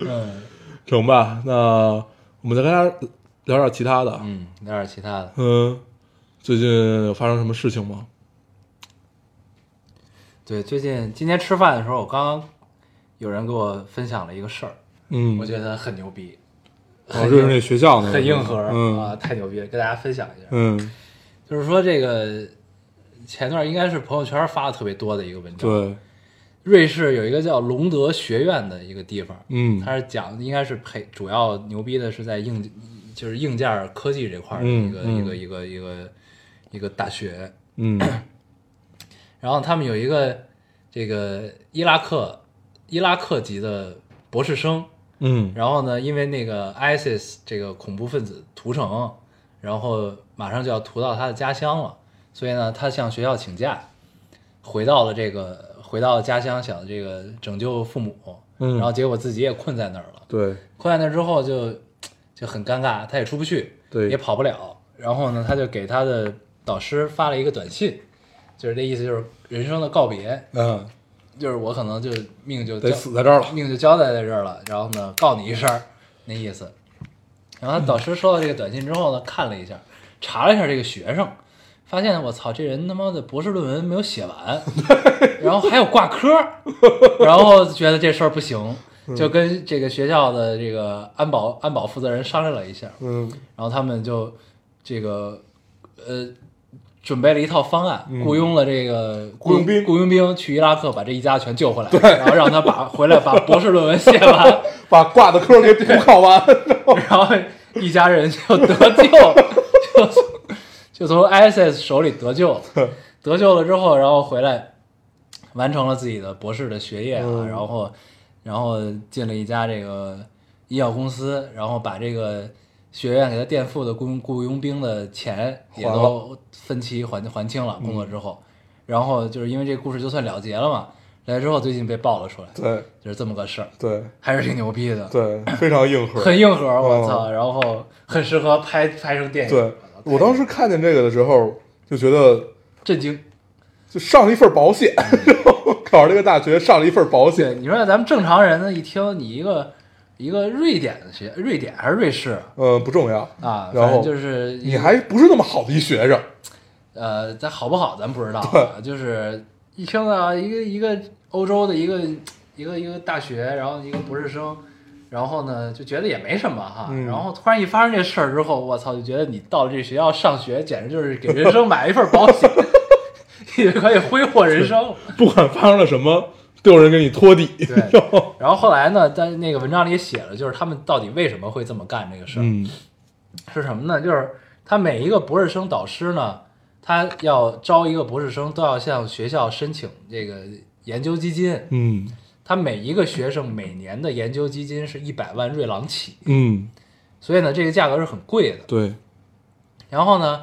S1: 嗯
S2: 成吧？那我们再跟大家聊点其他的啊。
S1: 嗯，聊点其他的。
S2: 嗯，最近有发生什么事情吗？
S1: 对，最近今天吃饭的时候，我刚刚有人给我分享了一个事儿，
S2: 嗯，
S1: 我觉得很牛逼，
S2: 哦，就是那学校那个
S1: 很硬核、
S2: 嗯
S1: 啊，太牛逼了，跟大家分享一下。
S2: 嗯，
S1: 就是说这个前段应该是朋友圈发的特别多的一个文章，
S2: 对，
S1: 瑞士有一个叫隆德学院的一个地方，
S2: 嗯
S1: 它是讲应该是培主要牛逼的是在硬就是硬件科技这块儿的
S2: 嗯
S1: 一个、
S2: 嗯
S1: 一个一个一个一个大学，
S2: 嗯
S1: 然后他们有一个这个伊拉克伊拉克籍的博士生，
S2: 嗯
S1: 然后呢，因为那个 ISIS 这个恐怖分子屠城，然后马上就要屠到他的家乡了，所以呢，他向学校请假，回到了这个回到家乡，想这个拯救父母，
S2: 嗯
S1: 然后结果自己也困在那儿了，
S2: 对，
S1: 困在那儿之后就就很尴尬，他也出不去，
S2: 对
S1: 也跑不了，然后呢，他就给他的导师发了一个短信，就是那意思就是人生的告别，
S2: 嗯，
S1: 就是我可能就命就
S2: 得
S1: 交
S2: 死在这儿了，
S1: 命就交代在这儿了，然后呢，告你一声儿，那意思。然后导师收到这个短信之后呢，看了一下，查了一下这个学生，发现我操，这人他妈的博士论文没有写 完，然后还有挂科儿，然后觉得这事儿不行，就跟这个学校的这个安保安保负责人商量了一下，
S2: 嗯
S1: 然后他们就这个呃准备了一套方案，
S2: 嗯
S1: 雇佣了这个
S2: 雇佣兵
S1: 雇佣兵去伊拉克把这一家全救回来，然后让他把回来把博士论文写完，
S2: 把挂的科给补考完，
S1: 然后一家人就得救，就从就从 ISIS 手里得救了，得救了之后，然后回来完成了自己的博士的学业啊，
S2: 嗯
S1: 然后然后进了一家这个医药公司，然后把这个学院给他垫付的雇佣雇佣兵的钱也
S2: 还
S1: 都分期还还清了，工作之后，然后就是因为这个故事就算了结了嘛，来之后最近被爆了出来，
S2: 对
S1: 就是这么个事儿，
S2: 对
S1: 还是挺牛逼的，
S2: 对，非常硬核，
S1: 很硬核，我
S2: 嗯
S1: 操！然后很适合拍拍成电影，
S2: 对我当时看见这个的时候，就觉得
S1: 震惊。
S2: 就上了一份保险，
S1: 嗯
S2: 然后考上这个大学上了一份保
S1: 对，
S2: 险，
S1: 你说咱们正常人呢，一听你一个一个瑞典的学，瑞典还是瑞士
S2: 嗯，不重要
S1: 啊？
S2: 然
S1: 反正
S2: 后
S1: 就是一
S2: 你还不是那么好的一学生，
S1: 呃，咱好不好咱不知道啊，就是一听啊，一个一个欧洲的一个一个一个大学，然后一个博士生。然后呢，就觉得也没什么哈。
S2: 嗯
S1: 然后突然一发生这事儿之后，我操，就觉得你到了这学校上学，简直就是给人生买一份保险， 也可以挥霍人生了。
S2: 不管发生了什么，都有人给你托底，然
S1: 对
S2: 后，
S1: 然后后来呢，在那个文章里也写了，就是他们到底为什么会这么干这个事儿、
S2: 嗯
S1: 是什么呢？就是他每一个博士生导师呢，他要招一个博士生，都要向学校申请这个研究基金。
S2: 嗯
S1: 他每一个学生每年的研究基金是一百万瑞郎起，
S2: 嗯，
S1: 所以呢，这个价格是很贵的。
S2: 对，
S1: 然后呢，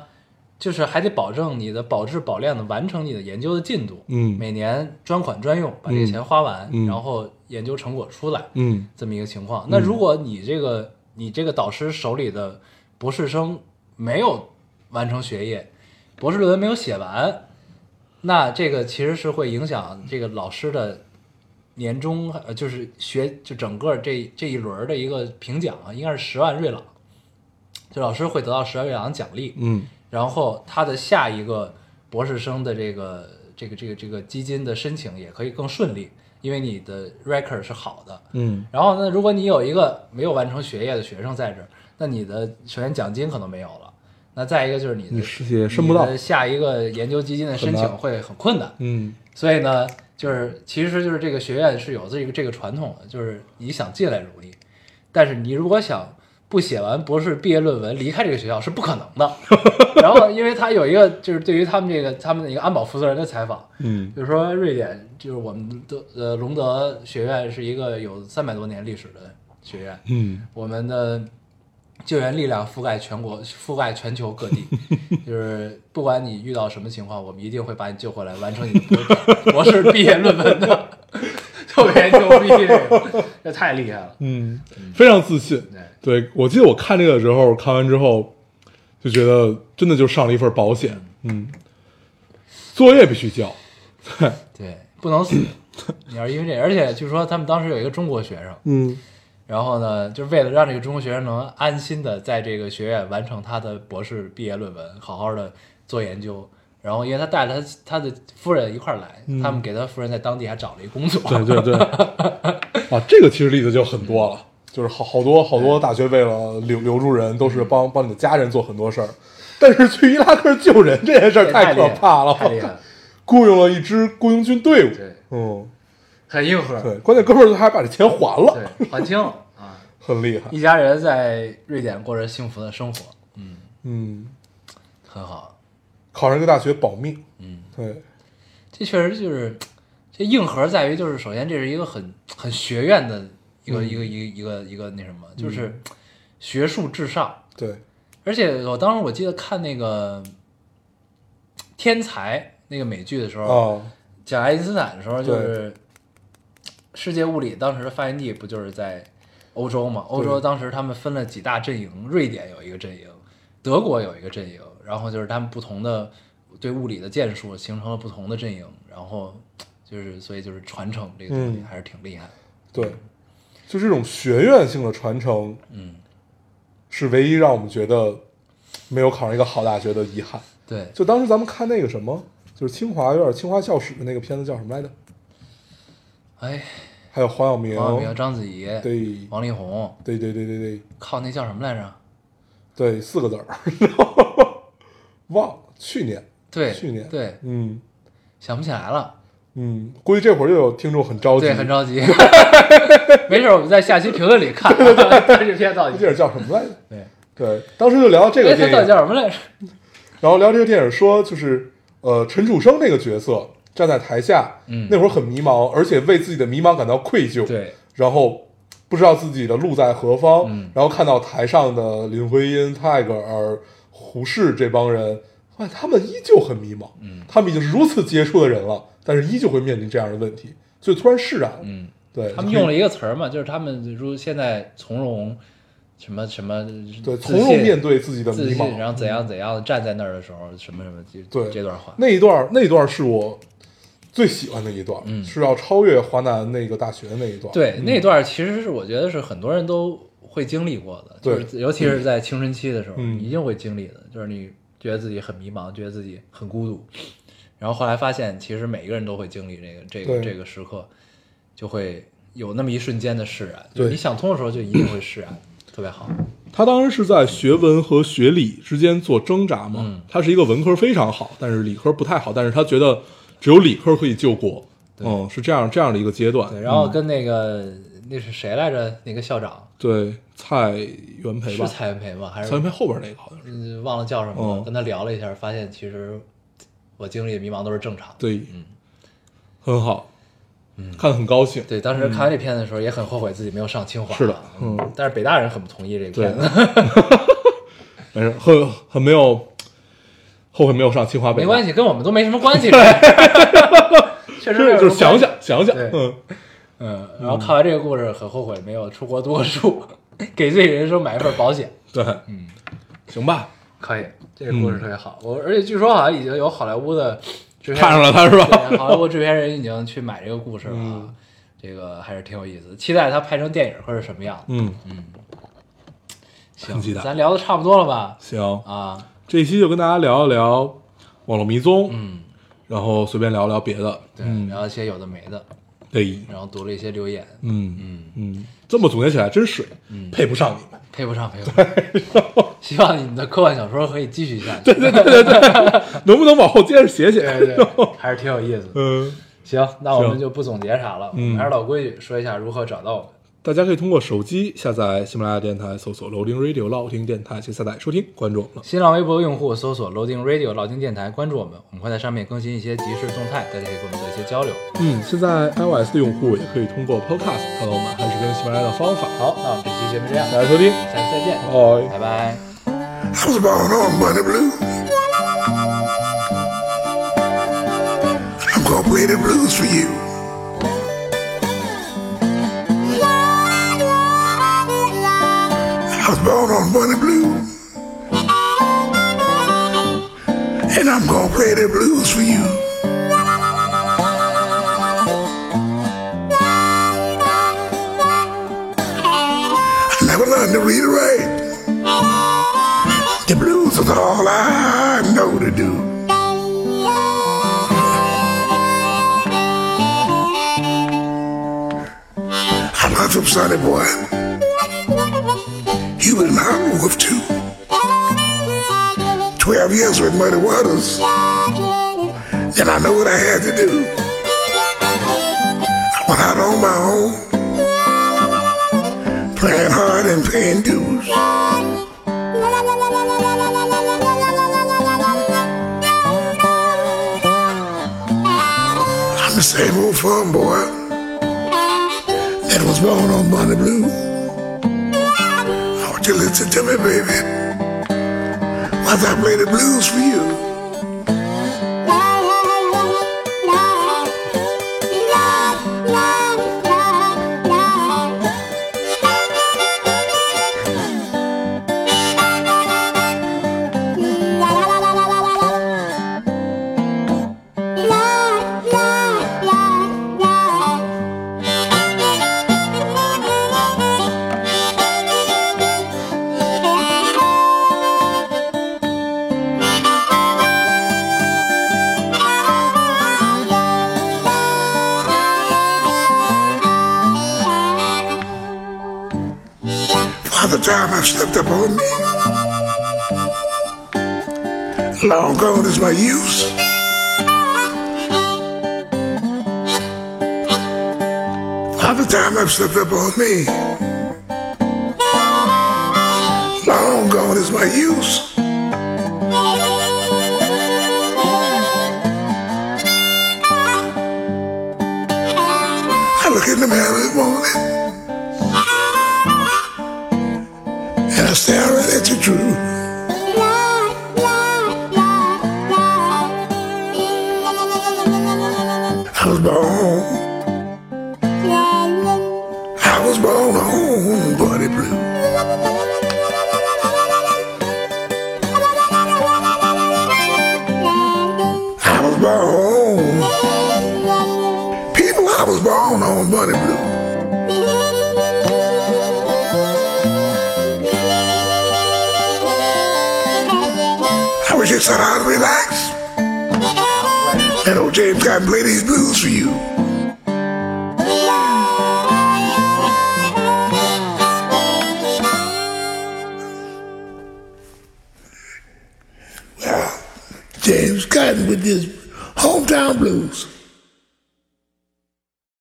S1: 就是还得保证你的保质保量的完成你的研究的进度，
S2: 嗯
S1: 每年专款专用把这个
S2: 嗯
S1: 钱花完，
S2: 嗯
S1: 然后研究成果出来，
S2: 嗯
S1: 这么一个情况。那如果你这个你这个导师手里的博士生没有完成学业，博士论文没有写完，那这个其实是会影响这个老师的年终，呃，就是学就整个这这一轮儿的一个评奖啊，应该是十万瑞朗，就老师会得到十万瑞朗奖励。
S2: 嗯
S1: 然后他的下一个博士生的这个这个这个这个基金的申请也可以更顺利，因为你的 record 是好的。
S2: 嗯
S1: 然后呢，如果你有一个没有完成学业的学生在这儿，那你的首先奖金可能没有了，那再一个就是你的
S2: 你是也申不到
S1: 呃你的下一个研究基金的申
S2: 很
S1: 请
S2: 难
S1: 会很困难。
S2: 嗯
S1: 所以呢，就是其实就是这个学院是有这个这个传统的，就是你想进来容易，但是你如果想不写完博士毕业论文离开这个学校是不可能 的。然后，因为他有一个就是对于他们这个他们的一个安保负责人的采访，
S2: 嗯
S1: 就是说瑞典就是我们的呃隆德学院是一个有三百多年历史的学院，
S2: 嗯
S1: 我们的救援力量覆盖全国，覆盖全球各 地，就是不管你遇到什么情况，我们一定会把你救回来，完成你的博博士毕业论文 的，特别牛逼，这个 这太厉害了。
S2: 嗯，非常自信。
S1: 对，
S2: 对我记得我看这个的时候，看完之后就觉得真的就上了一份保险。嗯，作业必须交。
S1: 对，不能死。你要是因为这，而且据说他们当时有一个中国学生，
S2: 嗯
S1: 然后呢，就是为了让这个中国学生能安心的在这个学院完成他的博士毕业论文，好好的做研究，然后因为他带了他他的夫人一块儿来，
S2: 嗯
S1: 他们给他夫人在当地还找了一工作，
S2: 对对对，啊，这个其实例子就很多了，就是好好多好多大学为了留留住人，都是帮帮你的家人做很多事儿，但是去伊拉克救人这件 事
S1: 这
S2: 儿
S1: 太
S2: 可怕
S1: 厉害太厉害
S2: 了
S1: 了，，
S2: 雇佣了一支雇佣军队伍
S1: 对，
S2: 嗯，
S1: 很硬核，
S2: 对，关键哥们儿还把这钱还了，
S1: 啊对，还清了啊，
S2: 很厉害，
S1: 一家人在瑞典过着幸福的生活，
S2: 嗯，
S1: 很好。
S2: 考上一个大学保命，
S1: 嗯，
S2: 对，
S1: 这确实就是这硬核在于就是，首先这是一个很很学院的一
S2: 嗯
S1: 个、一个一个一个一个那什么，就是学术至上。
S2: 对，
S1: 而且我当时我记得看那个《天才》那个美剧的时候，
S2: 啊，
S1: 讲爱因斯坦的时候，就
S2: 对
S1: 是世界物理当时的发源地不就是在欧洲嘛？欧洲当时他们分了几大阵营，瑞典有一个阵营，德国有一个阵营，然后就是他们不同的对物理的建树形成了不同的阵营，然后就是所以就是传承这个东西
S2: 嗯
S1: 还是挺厉害的。
S2: 对，就这种学院性的传承
S1: 嗯，
S2: 是唯一让我们觉得没有考上一个好大学的遗憾。
S1: 对，
S2: 就当时咱们看那个什么，就是清华院、清华校史的那个片子叫什么来着？
S1: 哎，
S2: 还有黄晓明，
S1: 王晓明、哦章子怡、
S2: 对
S1: 王力宏，
S2: 对对对对对
S1: 靠那叫什么来着？
S2: 对，四个字儿， 忘了。去年，
S1: 对，
S2: 去年
S1: 对，
S2: 嗯
S1: 想不起来了。
S2: 嗯，估计这会儿又有听众很着急，
S1: 对，很着急。 没事儿，我们在下期评论里看 哎这片到
S2: 这
S1: 底
S2: 电影叫什么来着？
S1: 对。
S2: 对，当时就聊这个
S1: 哎，
S2: 电
S1: 他
S2: 影
S1: 到底，叫什么来着？
S2: 然后聊这个电影说，就是呃，陈楚生这个角色站在台下，
S1: 嗯
S2: 那会儿很迷茫，而且为自己的迷茫感到愧疚，，
S1: 对，
S2: 然后不知道自己的路在何方，
S1: 嗯
S2: 然后看到台上的林徽因、泰戈尔、胡适这帮人，发现他们依旧很迷茫，
S1: 嗯
S2: 他们已经是如此杰出的人了，但是依旧会面临这样的问题，所以突然释然了，
S1: 嗯，
S2: 对
S1: 他们用了一个词儿嘛，就是他们就说现在从容，什么什么，
S2: 对
S1: 自
S2: 从容
S1: 信
S2: 面对自己的
S1: 自
S2: 迷
S1: 信，然
S2: 茫，嗯
S1: 后怎样怎样的站在那儿的时候，什么什么，就
S2: 对
S1: 这段话，
S2: 那一段那一段是我。最喜欢的一段、
S1: 嗯
S2: 是要超越华南那个大学的那一段，
S1: 对
S2: 嗯
S1: 那段儿其实是我觉得是很多人都会经历过的，就
S2: 对
S1: 是尤其是在青春期的时候，
S2: 嗯
S1: 一定会经历的，就是你觉得自己很迷茫，觉得自己很孤独，然后后来发现其实每个人都会经历这个这个
S2: 对
S1: 这个时刻，就会有那么一瞬间的释然，
S2: 对
S1: 就你想通的时候就一定会释然，特别好，
S2: 他当然是在学文和学理之间做挣扎嘛。
S1: 嗯
S2: 他是一个文科非常好，但是理科不太好，但是他觉得只有理科可以救国。嗯，是这样这样的一个阶段。
S1: 对，然后
S2: 嗯
S1: 跟那个那是谁来着？那个校长
S2: 对蔡元培
S1: 是
S2: 吧，
S1: 蔡元培吗？还是
S2: 蔡元培后边那个好像是
S1: 嗯忘了叫什么了，
S2: 嗯
S1: 跟他聊了一下，发现其实我经历迷茫都是正常的。
S2: 对，很好，
S1: 嗯
S2: 看得很高兴。
S1: 对，当时看完这片子的时候也很后悔自己没有上清华。
S2: 是的嗯，
S1: 但是北大人很不同意这个片子，
S2: 没事，很很没有后悔没有上清华北大，
S1: 没关
S2: 系，
S1: 系，跟我们都没什么关系。 确实没有什
S2: 是就
S1: 么
S2: 是想
S1: 关系。
S2: 想想想
S1: 对，
S2: 嗯，
S1: 嗯，然后看完这个故事，很后悔没有出国读过书， 给自己人生买一份保险。
S2: 对，嗯，行吧，
S1: 可以，这个故事特别好。我而且据说好像已经有好莱坞的制片人
S2: 看上了他是吧？
S1: 对 好莱坞制片人已经去买这个故事了
S2: 嗯
S1: 啊，这个还是挺有意思的。期待他拍成电影会是什么样。
S2: 嗯，
S1: 行
S2: 很期待
S1: 咱聊的差不多了吧？
S2: 行，
S1: 啊，
S2: 这一期就跟大家聊一聊网络迷踪，
S1: 嗯，
S2: 然后随便聊聊别的，
S1: 对，
S2: 嗯，
S1: 聊一些有的没的，
S2: 对，
S1: 然后读了一些留言，
S2: 嗯嗯嗯，这么总结起来真水，
S1: 嗯
S2: 配不上你们，
S1: 配不上，配不上。 希望你们的科幻小说可以继续下去，对对
S2: 能不能往后接着写写？
S1: 对对，还是挺有意思的。
S2: 嗯，
S1: 行，那我们
S2: 行
S1: 就不总结啥了，我们
S2: 嗯
S1: 还是老规矩，说一下如何找到我们。
S2: 大家可以通过手机下载喜马拉雅电台，搜索 “Loading Radio” 老听电台去下载收听，关注我们了。
S1: 新浪微博用户搜索 Loading Radio 老丁电台，关注我们，我们会在上面更新一些即时动态，大家可以跟我们做一些交流。
S2: 嗯，现在 iOS 的用户也可以通过 Podcast 找到我们，还是跟喜马拉雅的方法。
S1: 好，那我们这期节目这样，
S2: 大家收听，哦
S1: 下期再见，拜
S2: 拜。
S1: 拜。
S3: I was born on money blues. I'm gonna play the blues for you. I was born on money blues. And I'm gonna play the blues for you. I never learned to read or write. The blues is all I know to do. up, sonny boy. You been in Hollywood too. Twelve years with Muddy Waters. And I know what I had to do. I went out on my own, playing hard and paying dues. I'm the same old farm boy that was born on Money Blue. I want you to listen to me, baby. Once I play the blues for you. Father Time have slipped upon me. Long gone is my use. Father Time have slipped upon me. Long gone is my use. I look in the mirror this morning. and I stare right at you true. I was born, I was born on Buddy Blue. I was born, people, I was born on Buddy Blue. I was just sit down and relax. And old James got play these blues for you. Well, James Cotton with his hometown blues.